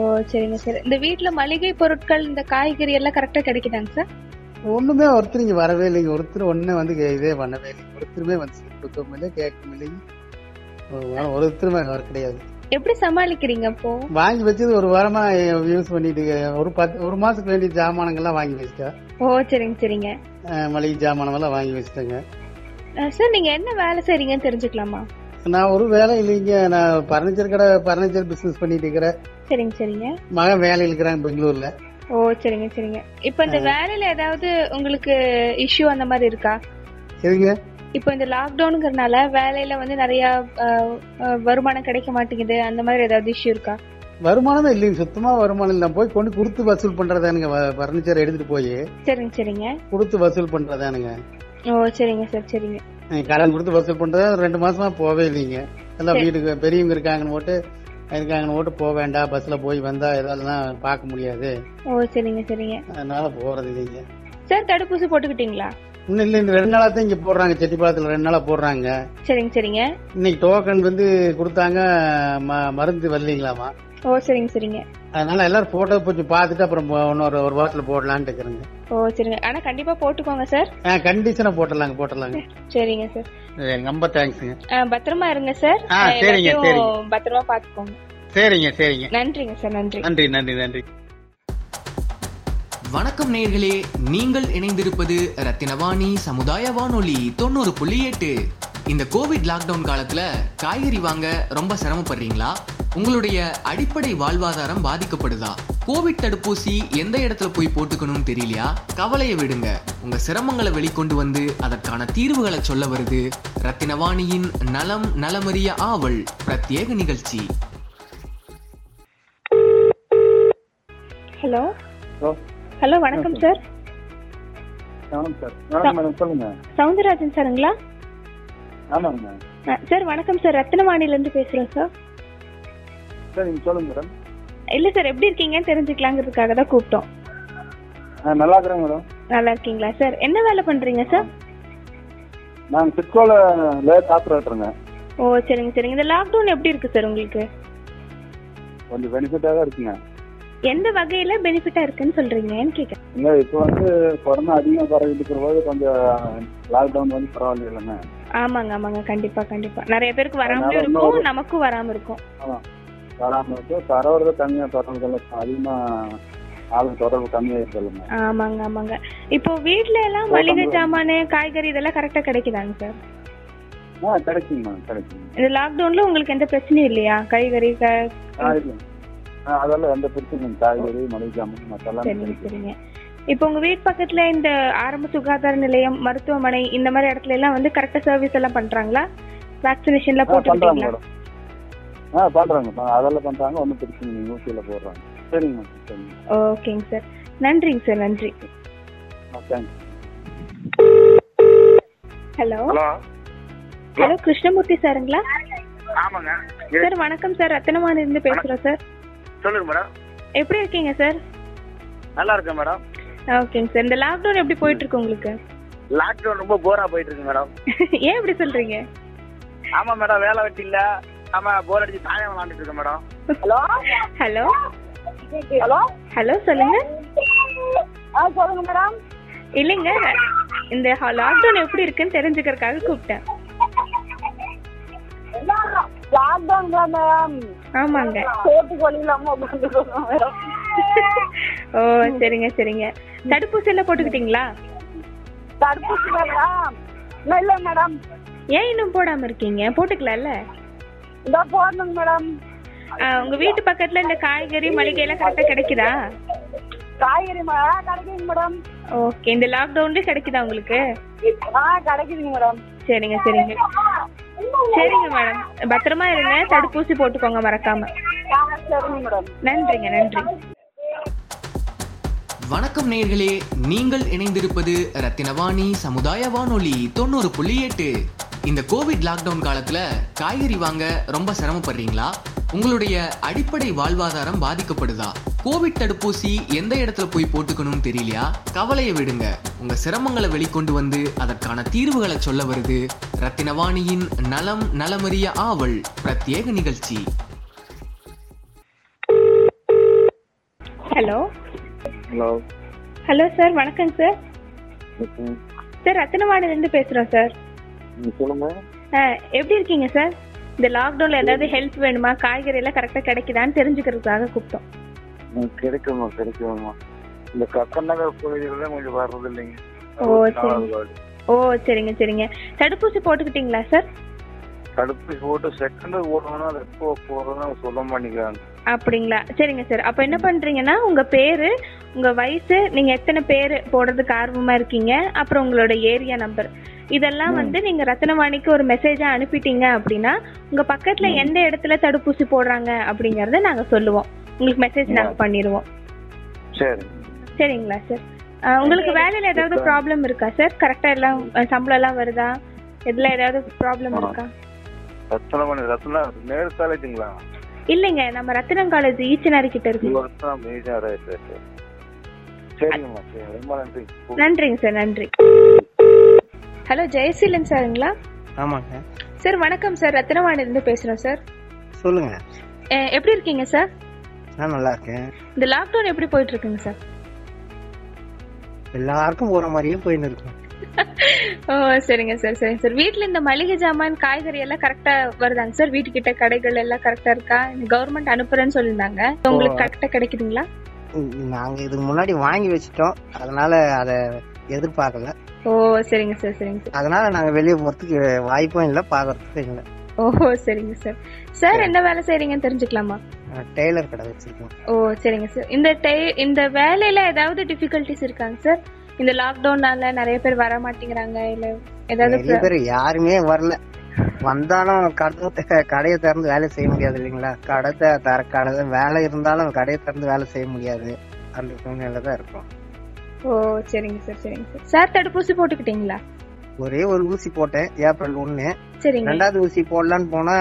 Speaker 1: ஓ சரிங்க சார் இந்த வீட்டில் மளிகை பொருட்கள் இந்த காய்கறி எல்லாம் கரெக்டாக கிடைக்குதாங்க சார்
Speaker 6: ஒண்ணுமே ஒருத்தர் இங்க வரவே இல்லைங்க ஒருத்தர் ஒண்ணு வந்து கே- இதே பண்ணவே இல்லைங்க ஒருத்தருமே வந்து சொல்லி கொடுக்கவும் இல்லை கேட்கவும் இல்லைங்க ஒரு வாரம் ஒருத்தருமே வர கிடையாது
Speaker 1: எப்படி சமாளிக்கிறீங்க அப்போ
Speaker 6: வாங்கி வச்சது ஒரு வாரமா யூஸ் பண்ணிட்டு ஒரு பத்து ஒரு மாசத்துக்கு வேண்டிய ஜாமானங்கள்லாம் வாங்கி வச்சுட்டேன்
Speaker 1: ஓ சரிங்க சரிங்க
Speaker 6: அஹ் மளிகை ஜாமானமெல்லாம் வாங்கி வச்சுட்டேங்க
Speaker 1: அஹ், சார் நீங்கள் என்ன வேலை செய்றீங்கன்னு தெரிஞ்சுக்கலாமா
Speaker 6: நான் ஒரு வேலை இல்லைங்க நான் பர்னிச்சர் கடை பர்னிச்சர் பிசினஸ் பண்ணிட்டு இருக்கிறேன்
Speaker 1: சரிங்க சரிங்க
Speaker 6: மகன் வேலையில் இருக்கிறாங்க பெங்களூர்ல
Speaker 1: ஓ சரிங்க சரிங்க இப்போ இந்த வேலையில் ஏதாவது உங்களுக்கு இஷ்யூ அந்த மாதிரி இருக்கா
Speaker 6: எதுங்க
Speaker 1: இப்போ இந்த லாக்டவுனுங்கிறனால வேலையில வந்து நிறைய அஹ், அஹ், வருமானம் கிடைக்க மாட்டேங்குது அந்த மாதிரி ஏதாவது இஷ்யூ இருக்கா
Speaker 6: வருமானமே இல்லைங்க சுத்தமா வருமானம் இல்லை நான் போய் கொண்டு கொடுத்து வசூல் பண்றதானுங்க பர்னிச்சர் எடுத்துட்டு போய்
Speaker 1: சரிங்க சரிங்க
Speaker 6: கொடுத்து வசூல் பண்றதானுங்க
Speaker 1: ஓ சரிங்க சார் சரிங்க
Speaker 6: அஹ் கடன் கொடுத்து வசூல் பண்றது ரெண்டு மாசமா போவே இல்லைங்க எல்லாம்
Speaker 1: சரி.
Speaker 6: வீட்டுக்கு பெரியவங்க இருக்காங்கன்னு போட்டு இருக்காங்கன்னு போட்டு போக வேண்டாம் பஸ்ல போய் வந்தா ஏதாவதுலாம் பார்க்க முடியாது
Speaker 1: ஓ சரிங்க சரிங்க
Speaker 6: அதனால போறது இல்லைங்க
Speaker 1: சார் தடுப்பூசி போட்டுக்கிட்டீங்களா
Speaker 6: இன்னும் இல்லை இந்த ரெண்டு நாளா தான் இங்க போடுறாங்க செட்டிப்பாளத்துல ரெண்டு நாளா போடுறாங்க
Speaker 1: சரிங்க சரிங்க
Speaker 6: இன்னைக்கு டோக்கன் வந்து கொடுத்தாங்க ம- மருந்து வரலீங்களாமா
Speaker 1: ஓ சரிங்க சரிங்க
Speaker 6: அதனால எல்லாரும் போட்டோ கொஞ்சம் பார்த்துட்டு அப்புறம் போ- இன்னொரு ஒரு வாரத்துல போடலான்ட்டு இருக்கிறேங்க
Speaker 1: ஓ சரிங்க ஆனா கண்டிப்பா போட்டுக்கோங்க சார்
Speaker 6: கண்டிஷனா போட்டுடலாங்க போட்டுடலாங்க
Speaker 1: சரிங்க சார்
Speaker 6: சரி, ரொம்ப தேங்க்ஸுங்க
Speaker 1: அஹ், பத்திரமா இருங்க சார்
Speaker 6: ஆ,
Speaker 1: அஹ்,
Speaker 6: சரிங்க,
Speaker 1: எல்லாத்தையும்
Speaker 6: சரிங்க.
Speaker 1: பத்திரமா பாத்துக்கோங்க
Speaker 6: சரிங்க சரிங்க
Speaker 1: நன்றிங்க சார் நன்றி
Speaker 6: நன்றி நன்றி நன்றி
Speaker 2: வணக்கம் நேயர்களே நீங்கள் இணைந்திருப்பது ரத்தினவாணி சமுதாய வானொலி தொண்ணூறு புள்ளி எட்டு இந்த கோவிட் லாக்டவுன் காலத்துல காய்கறி வாங்க ரொம்ப சிரமப்படுறீங்களா உங்களுடைய அடிப்படை வாழ்வாதாரம் பாதிக்கப்படுதா கோவிட் தடுப்பூசி எந்த இடத்துல போய் போட்டுக்கணும்னு தெரியலையா கவலையை விடுங்க உங்க சிரமங்களை வெளிக்கொண்டு வந்து அதற்கான தீர்வுகளை சொல்ல வருது ரத்தினவாணியின் நலம் நலமறிய ஆவல் பிரத்யேக நிகழ்ச்சி
Speaker 1: ஹலோ
Speaker 8: ஹலோ
Speaker 1: ஹலோ வணக்கம் சார்
Speaker 8: வணக்கம் சார் வணக்கம் மேடம் சொல்லுங்க
Speaker 1: சவுந்தரராஜன் சாருங்களா
Speaker 8: ஆமாங்க மேம்
Speaker 1: அஹ், சார் வணக்கம் சார் ரத்னவாணில இருந்து பேசுறோம் சார்
Speaker 8: சார் நீங்க சொல்லுங்க மேடம்
Speaker 1: இல்ல சார் எப்படி இருக்கீங்கன்னு தெரிஞ்சுக்கலாங்கிறதுக்காக தான் கூப்பிட்டோம்
Speaker 8: ஆ, நல்லா இருக்கிறேன் மேடம்
Speaker 1: நல்லா இருக்கீங்களா சார் என்ன வேலை பண்றீங்க சார்
Speaker 8: நான் சிட்கோல லேட் ஆப்ரேட்டருங்க
Speaker 1: ஓ சரிங்க சரிங்க இந்த லாக்டவுன் எப்படி இருக்கு சார் உங்களுக்கு
Speaker 8: கொஞ்சம் பெனிஃபிட்டாக தான் இருக்குங்க
Speaker 1: எந்த வகையில பெனிஃபிட்டா இருக்குன்னு சொல்றீங்கன்னு கேக்குறேன்
Speaker 8: இல்ல இப்போ வந்து கொரோனா அதிகமாக பரவிட்டு இருக்கிற போது கொஞ்சம் லாக்டவுன் வந்து பரவாயில்ல இல்லைங்க
Speaker 1: ஆமாங்க ஆமாங்க கண்டிப்பா கண்டிப்பா நிறைய பேருக்கு வராமலும்
Speaker 8: அதனால இன்னும்
Speaker 1: இருக்கும் நமக்கும் வராம இருக்கும்
Speaker 8: பரவாம இருக்கு பரவுறது கம்மியாக பரவுறதில்ல அதிகமாக ஆளும் தொடர்பு கம்மியாக இல்லைங்க
Speaker 1: ஆமாங்க ஆமாங்க இப்போ வீட்ல எல்லாம் மளிகை சாமானு காய்கறி இதெல்லாம் கரெக்டா கிடைக்குதாங்க சார்
Speaker 8: ஆ கிடைக்குங்க மேம் கிடைக்குங்க
Speaker 1: இந்த லாக்டவுன்ல உங்களுக்கு எந்த பிரச்சனையும் இல்லையா காய்கறி க-
Speaker 8: ஆ இல்லை ஆ அதெல்லாம் எந்த பிரச்சனையும் காய்கறி மளிகை ஜாமான் மற்றெல்லாம்
Speaker 1: சரிங்க
Speaker 8: கிடைக்கும்
Speaker 1: சரிங்க இப்போ உங்க வீட்டு பக்கத்துல இந்த ஆரம்ப சுகாதார நிலையம் மருத்துவமனை இந்த மாதிரி இடத்துல எல்லாம் வந்து கரெக்டா சர்வீஸ் எல்லாம் பண்றாங்களா வேக்சினேஷன்ல
Speaker 8: ஆ பண்றாங்க
Speaker 1: போட்டுக்கிட்டீங்களா
Speaker 8: மேடம் ஆ பண்றாங்க பா- அதெல்லாம் பண்றாங்க ஒன்றும் பிரச்சனை இல்லைங்க ஊசியில் போடுறாங்க சரிங்க மேம் சரிங்க
Speaker 1: ஓகேங்க சார் நன்றிங்க சார் நன்றி
Speaker 8: ஆ thanks
Speaker 1: hello
Speaker 4: hello
Speaker 1: hello Krishnamoorthy சாருங்களா
Speaker 5: ஆமாங்க
Speaker 1: சார் வணக்கம் சார் ரத்தனமான இருந்து பேசுறோம் சார்
Speaker 5: சொல்லுங்க மேடம்
Speaker 1: எப்படி இருக்கீங்க சார்
Speaker 5: நல்லா இருக்கேன் மேடம்
Speaker 1: ஓகேங்க சார் இந்த லாக்டவுன் எப்படி போயிட்டு இருக்கு உங்களுக்கு
Speaker 5: லாக்டவுன் ரொம்ப போரா போயிட்டு இருக்கு மேடம்
Speaker 1: ஏன் இப்படி சொல்றீங்க
Speaker 5: ஆமா மேடம் வேலை வெட்டி இல்ல ஆமா போர் அடிச்சு தாயம் விளாண்டுட்டு இருக்கேன் madam
Speaker 3: hello
Speaker 1: hello
Speaker 3: hello
Speaker 1: hello சொல்லுங்க
Speaker 3: ஆ சொல்லுங்க மேடம்
Speaker 1: இல்லைங்க இந்த லாக்டவுன் எப்படி இருக்குன்னு தெரிஞ்சுக்கிறதுக்காக கூப்பிட்டேன்
Speaker 3: லாக்டவுன் தான் மேம்
Speaker 1: ஆமாங்க
Speaker 3: சேஃப்டிக்கு வழி இல்லாம உட்காந்துருக்கோம் மேடம்
Speaker 1: ஓ சரிங்க சரிங்க தடுப்பூசி எல்லாம் போட்டுக்கிட்டீங்களா
Speaker 3: தடுப்பூசி மேடம் இல்ல, இல்ல மேடம்
Speaker 1: ஏன் இன்னும் போடாம இருக்கீங்க போட்டுக்கலாம்ல
Speaker 3: இதோ போடணுங்க மேடம்
Speaker 1: ஆ, உங்க வீட்டு பக்கத்துல இந்த காய்கறி மளிகை எல்லாம் கரெக்டா கிடைக்குதா
Speaker 3: காய்கறி மேடம் கிடைக்குங்க மேடம்
Speaker 1: ஓகே இந்த லாக்டவுன்ல கிடைக்குதா உங்களுக்கு
Speaker 3: ஆ கிடைக்குதுங்க மேடம்
Speaker 1: சரிங்க சரிங்க சரிங்க மேடம் பத்திரமா இருங்க தடுப்பூசி போட்டுக்கோங்க மறக்காம
Speaker 3: சரிங்க மேடம்
Speaker 1: நன்றிங்க நன்றி
Speaker 2: வணக்கம் நேயர்களே நீங்கள் இணைந்திருப்பது ரத்தினவாணி சமுதாய வானொலி தொண்ணூறு புள்ளி எட்டு இந்த கோவிட் லாக்டவுன் காலத்துல காய்கறி வாங்க ரொம்ப சிரமப்படுறீங்களா உங்களுடைய அடிப்படை வாழ்வாதாரம் பாதிக்கப்படுதா கோவிட் தடுப்பூசி எந்த இடத்துல போய் போட்டுக்கணும்னு தெரியலையா கவலையை விடுங்க உங்க சிரமங்களை வெளிக்கொண்டு வந்து அதற்கான தீர்வுகளை சொல்ல வருது ரத்தினவாணியின் நலம் நலமறிய ஆவல் பிரத்யேக நிகழ்ச்சி
Speaker 1: ஹலோ
Speaker 10: ஹலோ
Speaker 1: ஹலோ சார் வணக்கங்க சார் சார் ரத்தினவாணிலேருந்து பேசுகிறோம் சார்
Speaker 10: சொல்லுங்க
Speaker 1: ஆ, எப்படி இருக்கீங்க சார் இந்த லாக்டவுனில் ஏதாவது ஹெல்ப் வேணுமா காய்கறி எல்லாம் கரெக்டாக கிடைக்குதான்னு தெரிஞ்சுக்கிறதுக்காக கூப்பிட்டோம்
Speaker 10: ம், கிடைக்குமா கிடைக்குமா இந்த கப்பன் நகர் பகுதியில தான் கொஞ்சம் வர்றது இல்லைங்க
Speaker 1: ஓ சரி ஓ சரிங்க சரிங்க தடுப்பூசி போட்டுக்கிட்டீங்களா சார்
Speaker 10: தடுப்பூசி போட்டு செகண்ட் ஓடணும்னா அது எப்போ போறதுன்னு சொல்ல மாட்டேங்கிறாங்க
Speaker 1: அப்படிங்களா சரிங்க சார் அப்போ என்ன பண்ணுறீங்கன்னா உங்கள் பேர் உங்கள் வயசு நீங்கள் எத்தனை பேர் போடுறதுக்கு ஆர்வமாக இருக்கீங்க அப்புறம் உங்களோட ஏரியா நம்பர் இதெல்லாம் வந்து நீங்கள் ரத்னவாணிக்கு ஒரு மெசேஜாக அனுப்பிட்டீங்க அப்படின்னா உங்கள் பக்கத்தில் எந்த இடத்துல தடுப்பூசி போடுறாங்க அப்படிங்கிறத நாங்கள் சொல்லுவோம் உங்களுக்கு மெசேஜ் நாங்கள் பண்ணிடுவோம்
Speaker 10: சரி
Speaker 1: சரிங்களா சார் அஹ், உங்களுக்கு வேலையில் ஏதாவது ப்ராப்ளம் இருக்கா சார் கரெக்டாக எல்லாம் அஹ், சம்பளம் எல்லாம் வருதா இதில் ஏதாவது ப்ராப்ளம் இருக்கா
Speaker 10: ரத்னம் பண்ணி ரத்னம் நேரு காலேஜுங்களா
Speaker 1: இல்லைங்க நம்ம ரத்தினம் காலேஜ் ஈச்சனாரி கிட்ட இருக்கு
Speaker 10: ரத்னம் மேஜா ரைட் ரைட் ரைட். சரிங்கம்மா சரி ரொம்ப நன்றி
Speaker 1: நன்றிங்க சார் நன்றி ஹலோ ஜெயசீலன் சாருங்களா
Speaker 11: ஆமாங்க
Speaker 1: சார் வணக்கம் சார் ரத்னவாணி இருந்து பேசுறோம் சார்
Speaker 11: சொல்லுங்க
Speaker 1: அஹ், எப்படி இருக்கீங்க சார்
Speaker 11: நான் நல்லா இருக்கேன்
Speaker 1: இந்த லாக்டவுன் எப்படி போயிட்டு இருக்குங்க சார்
Speaker 11: எல்லாருக்கும் போற மாதிரியே போயின்னு இருக்கேன்
Speaker 1: ஓ சரிங்க சார் சரிங்க சார் வீட்ல இந்த மளிகை ஜாமான் காய்கறி எல்லாம் கரெக்டா வருதாங்க சார் வீட்டுக்கிட்ட கடைகள் எல்லாம் கரெக்டா இருக்கா கவர்மெண்ட் அனுப்புறேன்னு சொல்லியிருந்தாங்க உங்களுக்கு கரெக்டா கிடைக்குதுங்களா
Speaker 11: உம், நாங்க இதுக்கு முன்னாடி வாங்கி வச்சிட்டோம் அதனால அத எதிர்பார்க்கல
Speaker 1: ஓ சரிங்க சார் சரிங்க சார்
Speaker 11: அதனால நாங்க வெளியே போறதுக்கு வாய்ப்பும் இல்லை பாக்குறதுக்கும் இல்லை
Speaker 1: ஓ சரிங்க சார் சார் என்ன வேலை செய்றீங்கன்னு தெரிஞ்சுக்கலாமா
Speaker 11: நான் டெய்லர் கடை வச்சிருக்கோம்
Speaker 1: ஓ சரிங்க சார் இந்த டை இந்த வேலையில ஏதாவது டிஃபிகல்டிஸ் இருக்காங்க சார் இந்த லாக்டவுனால நிறைய பேர் வர மாட்டேங்கிறாங்க இல்ல
Speaker 11: நிறைய பேர்
Speaker 1: ஏதாவது
Speaker 11: யாருமே வரல வந்தாலும் கடை த- கடையை திறந்து வேலை செய்ய முடியாது இல்லைங்களா கடை த- தர கடை வேலை இருந்தாலும் கடையை திறந்து வேலை செய்ய முடியாது அந்த சூழ்நிலை தான் இருக்கும்
Speaker 1: ஓ சரிங்க சார் சரிங்க சார் சார் தடுப்பூசி போட்டுக்கிட்டீங்களா
Speaker 11: ஒரே ஒரு ஊசி போட்டேன் ஏப்ரல் ஒண்ணு
Speaker 1: சரிங்க
Speaker 11: ரெண்டாவது ஊசி போடலான்னு போனா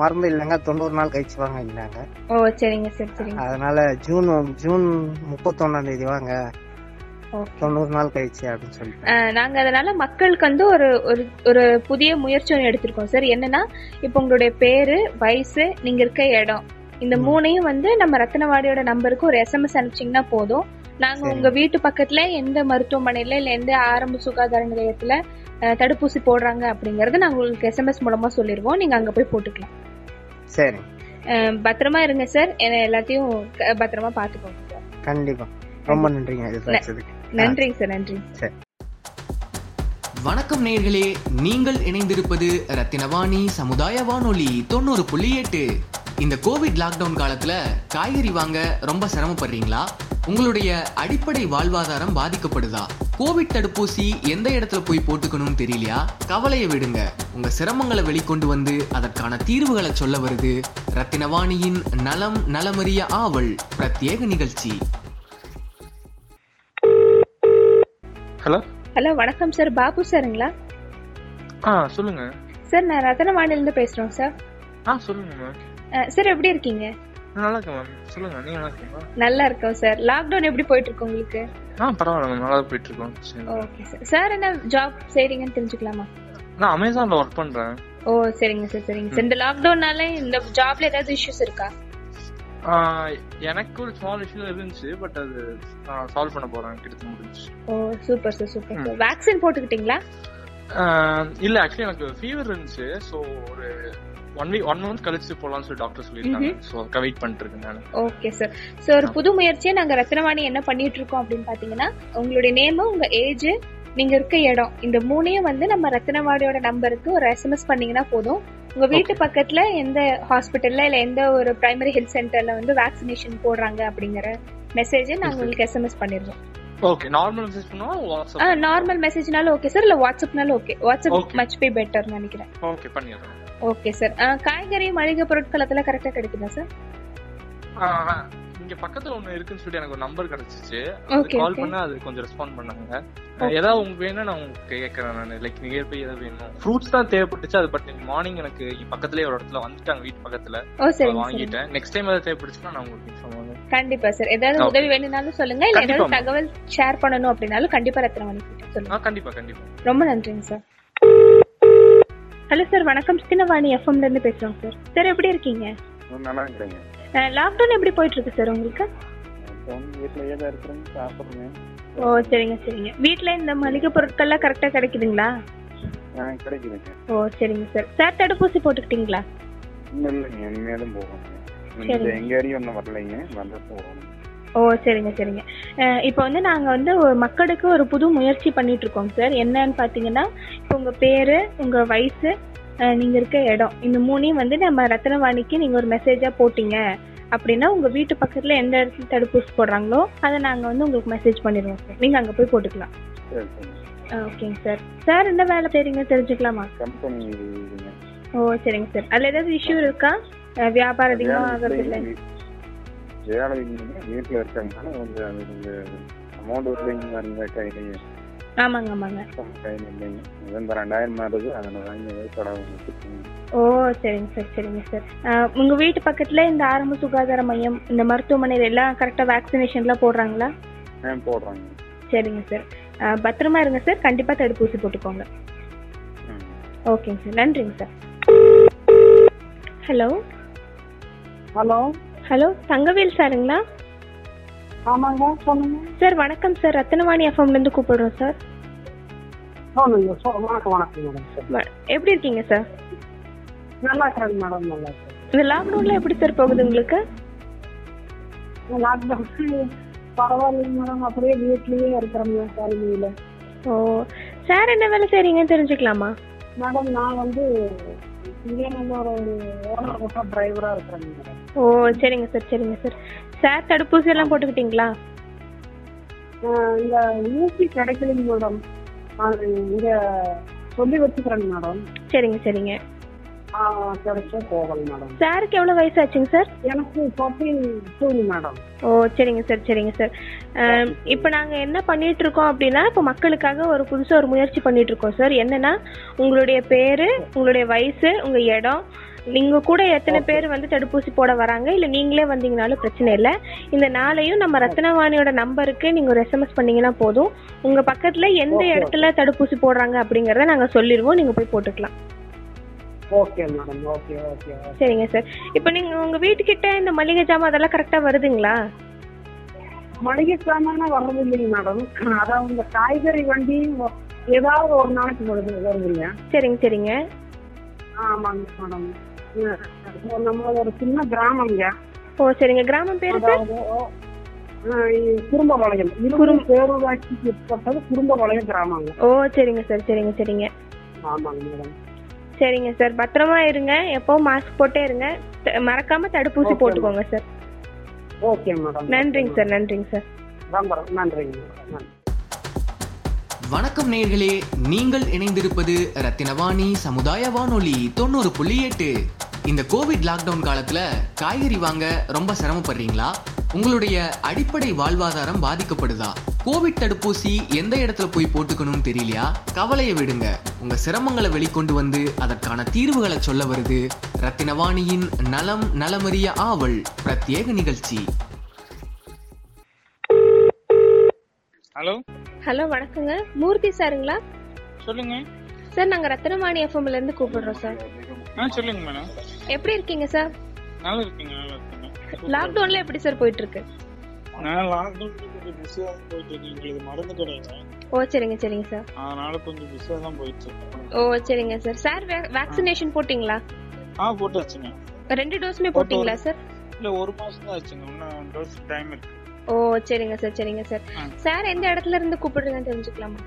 Speaker 11: மருந்து இல்லைங்க தொண்ணூறு நாள் கழிச்சு வாங்கினாங்க
Speaker 1: ஓ சரிங்க சார் சரிங்க
Speaker 11: அதனால ஜூன் ஜூன் முப்பத்தொன்னாம் தேதி வாங்க தொண்ணூறு நாள் கழிச்சு அப்படின்னு சொல்லிட்டு
Speaker 1: ஆ, நாங்க அதனால மக்களுக்கு வந்து ஒரு ஒரு ஒரு புதிய முயற்சி ஒன்று எடுத்திருக்கோம் சார் என்னன்னா இப்போ உங்களுடைய பேரு வயசு நீங்க இருக்க இடம் இந்த மூணையும் வந்து நம்ம ரத்னவாடியோட நம்பருக்கு ஒரு எஸ்எம்எஸ் அனுப்பிச்சீங்கன்னா போதும் நாங்க உங்க வீட்டு பக்கத்துல எந்த மருத்துவமனையில இல்ல எந்த ஆரம்ப சுகாதார நிலையத்துல ஆ, தடுப்பூசி போடுறாங்க அப்படிங்கறத நாங்க உங்களுக்கு எஸ்எம்எஸ் மூலமா சொல்லிடுவோம் நீங்க அங்க போய் போட்டுக்கலாம்
Speaker 11: சரி
Speaker 1: ஆ, பத்திரமா இருங்க சார் என்ன எல்லாத்தையும் க- பத்திரமா பாத்துக்கோங்க சார்
Speaker 11: கண்டிப்பா ரொம்ப நன்றிங்க இது பேசுறதுக்கு
Speaker 1: நன்றிங்க சார் நன்றி
Speaker 11: சரி
Speaker 2: வணக்கம் நேயர்களே நீங்கள் இணைந்திருப்பது ரத்தினவாணி சமுதாய வானொலி தொண்ணூறு புள்ளி எட்டு இந்த கோவிட் லாக்டவுன் காலத்துல காய்கறி வாங்க ரொம்ப சிரமப்படுறீங்களா உங்களுடைய அடிப்படை வாழ்வாதாரம் பாதிக்கப்படுதா கோவிட் தடுப்பூசி எந்த இடத்துல போய் போட்டுக்கணும்னு தெரியலையா கவலையை விடுங்க உங்க சிரமங்களை வெளிக்கொண்டு வந்து அதற்கான தீர்வுகளை சொல்ல வருது ரத்தினவாணியின் நலம் நலமறிய ஆவல் பிரத்யேக நிகழ்ச்சி
Speaker 12: ஹலோ
Speaker 1: ஹலோ வணக்கம் சார் பாபு சாருங்களா
Speaker 12: ஆ சொல்லுங்க
Speaker 1: சார் நான் ரத்தனவாணில இருந்து பேசுறோம் சார்
Speaker 12: ஆ சொல்லுங்க மேம்
Speaker 1: அஹ், சார் எப்படி இருக்கீங்க
Speaker 12: நல்லா இருக்கேன் மேம் சொல்லுங்க நீங்க நல்லா இருக்கீங்களா
Speaker 1: நல்லா இருக்கோம் சார் லாக்டவுன் எப்படி போயிட்டு இருக்கு உங்களுக்கு
Speaker 12: ஆ பரவாயில்ல மேம் நல்லா போயிட்டு இருக்கோம் சரி.
Speaker 1: ஓகே சார் சார் என்ன ஜாப் செய்றீங்கன்னு தெரிஞ்சுக்கலாமா
Speaker 12: நான் அமேசான்ல ஒர்க் பண்றேன்
Speaker 1: ஓ சரிங்க சார் சரிங்க சார் இந்த லாக்டவுன்னால இந்த ஜாப்ல ஏதாவது இஷ்யூஸ் இருக்கா
Speaker 12: ஆஹ் எனக்கு ஒரு ஸ்மால் இஷ்யூ இருந்துச்சு பட் அது சால்வ் பண்ண போறேன் கிட்ட முடிஞ்சு
Speaker 1: ஓ super sir super sir vaccine போட்டுக்கிட்டீங்களா
Speaker 12: ஆஹ் இல்ல ஆக்சுவலி எனக்கு ஃபீவர் இருந்துச்சு ஸோ ஒரு ஒன் வீக் ஒன் மந்த் கழிச்சு போலாம்னு சொல்லி டாக்டர் சொல்லியிருக்காங்க
Speaker 1: Mhm.
Speaker 12: ஸோ வெயிட் பண்ணிட்டு இருக்கேன் நான்
Speaker 1: ஓகே சார் ஸோ ஒரு புது முயற்சியை நாங்க ரத்னவாணி என்ன பண்ணிட்டு இருக்கோம் அப்படின்னு பாத்தீங்கன்னா உங்களுடைய நேம் உங்க ஏஜ் நீங்க இருக்க இடம் இந்த மூணையும் வந்து நம்ம ரத்னவாணியோட நம்பருக்கு ஒரு எஸ்எம்எஸ் பண்ணீங்கன்னா போதும் உங்க வீட்டு பக்கத்துல எந்த ஹாஸ்பிட்டல்ல இல்ல எந்த ஒரு பிரைமரி ஹெல்த் சென்டர்ல வந்து வேக்சினேஷன் போடுறாங்க அப்படிங்கிற மெசேஜை நாங்க உங்களுக்கு எஸ்எம்எஸ் பண்ணிடுவோம்
Speaker 12: ஓகே நார்மல் மெசேஜ் பண்ணுவா
Speaker 1: ஆ
Speaker 12: வாட்ஸ்அப்
Speaker 1: நார்மல் மெசேஜ்னாலும் ஓகே சார் இல்ல வாட்ஸ்அப்னாலும் okay WhatsApp
Speaker 12: Okay.
Speaker 1: Much be better நினைக்கிறேன்
Speaker 12: ஓகே பண்ணிடுறேன்
Speaker 1: ஓகே சார் காய்கறி மளிகை பொருட்கள் அதெல்லாம் கரெக்டா கிடைக்குதா சார்
Speaker 12: ஆஹ் இங்க பக்கத்துல ஒண்ணு இருக்குன்னு சொல்லி எனக்கு ஒரு நம்பர் கிடைச்சிச்சு
Speaker 1: Okay,
Speaker 12: கால்
Speaker 1: okay.
Speaker 12: பண்ணா அது கொஞ்சம் ரெஸ்பாண்ட் பண்ணாங்க அஹ் ஏதாவது உங்களுக்கு வேணும் நான் உங்களுக்கு கேட்கறேன் நான் லைக் நியர் பை ஏதாவது வேணும் ஃப்ரூட்ஸ் தான் தேவைப்பட்டுச்சு அது பட் நீங்க மார்னிங் எனக்கு இங்க பக்கத்துலயே ஒரு இடத்துல வந்துட்டாங்க வீட்டு பக்கத்துல
Speaker 1: ஓ, சரிங்க,
Speaker 12: அதை
Speaker 1: சரிங்க.
Speaker 12: வாங்கிட்டேன் நெக்ஸ்ட் டைம் ஏதாவது தேவைப்பட்டுச்சுன்னா நான் உங்களுக்கு இன்ஃபார்ம் பண்ணுவேன்
Speaker 1: கண்டிப்பா சார் ஏதாவது
Speaker 12: Okay.
Speaker 1: உதவி வேணும்னாலும் சொல்லுங்க இல்ல
Speaker 12: கண்டிப்பா,
Speaker 1: ஏதாவது
Speaker 12: ma'am.
Speaker 1: தகவல் ஷேர் பண்ணணும் அப்படின்னாலும் கண்டிப்பா ரத்னவாணி கிட்ட சொல்லுங்க
Speaker 12: ஆ கண்டிப்பா கண்டிப்பா
Speaker 1: ரொம்ப நன்றிங்க சார் ஹலோ சார் வணக்கம் சின்னவாணி எஃப்எம்ல இருந்து பேசுறோம் சார் சார் எப்படி இருக்கீங்க
Speaker 10: நல்லா இருக்கிறேங்க
Speaker 1: லாக்டவுன் எப்படி போயிட்டு இருக்கு சார் உங்களுக்கு
Speaker 10: வீட்லயே தான் இருக்கிறேன் சாப்பிட்றேங்க
Speaker 1: ஓ சரிங்க சரிங்க வீட்ல இந்த மளிகை பொருட்கள்லாம் கரெக்டா கிடைக்குதுங்களா
Speaker 10: எனக்கு கிடைக்குதுங்க
Speaker 1: ஓ சரிங்க சார் சார் தடுப்பூசி போட்டுக்கிட்டீங்களா
Speaker 10: இன்னும் இல்லைங்க இனிமேலும் போகணுங்க இந்த
Speaker 1: சரிங்க.
Speaker 10: எங்க ஏரியா ஒன்றும் வரலைங்க வந்தா போகணும்
Speaker 1: ஓ சரிங்க சரிங்க அஹ் இப்போ வந்து நாங்கள் வந்து ஒரு மக்களுக்கு ஒரு புது முயற்சி பண்ணிட்டு இருக்கோம் சார் என்னன்னு பார்த்தீங்கன்னா இப்போ உங்கள் பேர் உங்கள் வயசு அஹ் நீங்க இருக்க இடம் இந்த மூணையும் வந்து நம்ம ரத்னவாணிக்கு நீங்க ஒரு மெசேஜா போட்டீங்க அப்படின்னா உங்க வீட்டு பக்கத்துல எந்த இடத்துல தடுப்பூசி போடுறாங்களோ அதை நாங்க வந்து உங்களுக்கு மெசேஜ் பண்ணிடுவோம் சார் நீங்க அங்க போய் போட்டுக்கலாம்
Speaker 10: சரி சரி
Speaker 1: அஹ் ஓகேங்க சார் சார் என்ன வேலை செய்றீங்க தெரிஞ்சுக்கலாமா
Speaker 10: கம்பெனி இதுங்க
Speaker 1: ஓ சரிங்க சார் அதுல ஏதாவது இஷ்யூ இருக்கா அஹ் வியாபாரம் அதிகமா ஆகிறது இல்லை
Speaker 10: வேலை இல்லைங்க வீட்டில் இருக்கிறதுனால கொஞ்சம் அது கொஞ்சம் அமௌண்ட் இல்லைங்க அந்த கையிலேயே
Speaker 1: ஆமாங்க ஆமாங்க
Speaker 10: கையில் இல்லைங்க இது இந்த ரெண்டாயிரம் வருது அதில் வாங்கி ஏதோ செலவு வச்சுக்கோங்க
Speaker 1: ஓ சரிங்க சார் சரிங்க சார் அஹ் உங்க வீட்டு பக்கத்துல இந்த ஆரம்ப சுகாதார மையம் இந்த மருத்துவமனையில எல்லாம் கரெக்டா வேக்சினேஷன்லாம் போடுறாங்களா
Speaker 10: ஆ போடுறாங்க
Speaker 1: சரிங்க சார் அஹ் பத்திரமா இருங்க சார் கண்டிப்பா தடுப்பூசி போட்டுக்கோங்க ஓகேங்க சார் நன்றிங்க sir hello hello hello Thangavel சாருங்களா
Speaker 3: ஆமாங்க சொல்லுங்க
Speaker 1: சார் வணக்கம் சார் ரத்னவாணி எஃப்எம்ல இருந்து கூப்பிடுறோம் சார்
Speaker 3: சொல்லுங்க சொ- வணக்கம் வணக்கம் மேடம்
Speaker 1: வ- எப்படி இருக்கீங்க சார்
Speaker 3: நல்லா இருக்கிறேன் மேடம் நல்லா இருக்கிறேன்
Speaker 1: இந்த லாக்டவுன்ல எப்படி சார் போகுது உங்களுக்கு
Speaker 3: லாக்டவுன் பரவாயில்லைங்க மேடம் அப்படியே வீட்லயே இருக்கிறேங்க காலையில
Speaker 1: ஓ சார் என்ன வேலை செய்றீங்கன்னு தெரிஞ்சுக்கலாமா
Speaker 3: மேடம் நான் வந்து இந்தியாவில் ஒரு ஓனர் ஓட்ட டிரைவரா இருக்கிறேங்க மேடம்
Speaker 1: ஓ சரிங்க சார் சரிங்க சார் சார் தடுப்பூசி எல்லாம் போட்டுக்கிட்டீங்களா
Speaker 3: ஆஹ் இங்க ஊசி கிடைக்கலைங்க மேடம் அது இங்க சொல்லி வச்சுக்கிறேங்க மேடம்
Speaker 1: சரிங்க சரிங்க
Speaker 3: ஆஹ் கிடைச்சா போகணும் மேடம்
Speaker 1: சாருக்கு எவ்வளோ வயசாச்சுங்க சார்
Speaker 3: எனக்கு ஃபார்ட்டி டூங்க மேடம்
Speaker 1: ஓ சரிங்க சார் சரிங்க சார் அஹ், இப்போ நாங்கள் என்ன பண்ணிட்டு இருக்கோம் அப்படின்னா இப்போ மக்களுக்காக ஒரு புதுசாக ஒரு முயற்சி பண்ணிட்டு இருக்கோம் சார் என்னன்னா உங்களுடைய பேர் உங்களுடைய வயசு உங்கள் இடம் நீங்க கூட எத்தனை பேர் வந்து தடுப்பூசி போட வராங்க இல்ல நீங்களே வந்தீங்கனாலும் பிரச்சனை இல்ல இந்த நாளையும் நம்ம ரத்னவாணியோட நம்பருக்கு நீங்க ஒரு எஸ்எம்எஸ் பண்ணீங்கன்னா போதும் உங்க பக்கத்துல எந்த இடத்துல தடுப்பூசி போடுறாங்க அப்படிங்கறத நாங்க சொல்லிடுவோம் நீங்க போய் போட்டுக்கலாம்
Speaker 3: ஓகே மேடம் ஓகே ஓகே
Speaker 1: சரிங்க சார் இப்போ நீங்க உங்க வீட்டுக்கிட்ட இந்த மளிகை ஜாமான் அதெல்லாம் கரெக்டா வருதுங்களா
Speaker 3: மளிகை சாமான வர்றது இல்லைங்க மேடம் அதான் இந்த காய்கறி வண்டி ஒ- ஏதாவது ஒரு நாளைக்கு வருது வருதுங்க
Speaker 1: சரிங்க சரிங்க
Speaker 3: ஆமாங்க மேடம் நம்ம ஒரு சின்ன கிராமங்க
Speaker 1: ஓ சரிங்க கிராமம் பேரு சார்
Speaker 3: அதாவது ஆஹ் இ- குறும்பபாளையம் இருபது பேரூராட்சிக்கு உட்பட்டது குறும்பபாளையம் கிராமங்க
Speaker 1: ஓ சரிங்க சார் சரிங்க சரிங்க
Speaker 3: ஆமாங்க மேடம்
Speaker 1: சரிங்க சார் பத்திரமா இருங்க எப்பவும் மாஸ்க் போட்டே இருங்க த- மறக்காம தடுப்பூசி போட்டுக்கோங்க சார்
Speaker 3: ஓகே மேடம்
Speaker 1: நன்றிங்க சார் நன்றிங்க சார்
Speaker 3: ரொம்ப ரொம்ப நன்றிங்க மேடம் நன்றி
Speaker 2: வணக்கம் நேயர்களே நீங்கள் இணைந்திருப்பது ரத்தினவாணி சமுதாய வானொலி தொண்ணூறு புள்ளி எட்டு இந்த கோவிட் லாக்டவுன் காலத்துல காய்கறி வாங்க ரொம்ப சிரமப்படுறீங்களா உங்களுடைய அடிப்படை வாழ்வாதாரம் பாதிக்கப்படுதா கோவிட் தடுப்பூசி எந்த இடத்துல போய் போட்டுக்கணும்னு தெரியலையா கவலையை விடுங்க உங்க சிரமங்களை வெளிக்கொண்டு வந்து அதற்கான தீர்வுகளை சொல்ல வருது ரத்தினவாணியின் நலம் நலமறிய ஆவல் பிரத்யேக நிகழ்ச்சி
Speaker 13: ஹலோ
Speaker 1: ஹலோ வணக்கங்க மூர்த்தி சாருங்களா
Speaker 13: சொல்லுங்க
Speaker 1: சார் நாங்க ரத்னவாணி எஃப்எம்ல இருந்து கூப்பிடுறோம் சார்
Speaker 13: ஆ சொல்லுங்க மேடம்
Speaker 1: எப்படி இருக்கீங்க சார்
Speaker 13: நல்லா இருக்கீங்க நல்லா இருக்கீங்க
Speaker 1: லாக்டவுன்ல எப்படி சார் போயிட்டு இருக்கு
Speaker 13: நான் லாக்டவுன் கொஞ்சம் பிஸியா போயிட்டு இருக்கேன் எங்களுக்கு மருந்து கிடையாது
Speaker 1: ஓ சரிங்க சரிங்க சார்
Speaker 13: அதனால கொஞ்சம் பிஸியா தான் போயிட்டு இருக்கேன்
Speaker 1: ஓ சரிங்க சார் சார் வேக்சினேஷன் போட்டிங்களா
Speaker 13: ஆ போட்டாச்சுங்க
Speaker 1: ரெண்டு டோஸுமே போட்டிங்களா சார்
Speaker 13: இல்ல ஒரு மாசம் தான் ஆச்சுங்க இன்னும் டோஸ் டைம் இருக்கு
Speaker 1: ஓ சரிங்க சார் சரிங்க சார் சார் எந்த இடத்துல இருந்து கூப்பிடுறீங்கன்னு தெரிஞ்சுக்கலாமா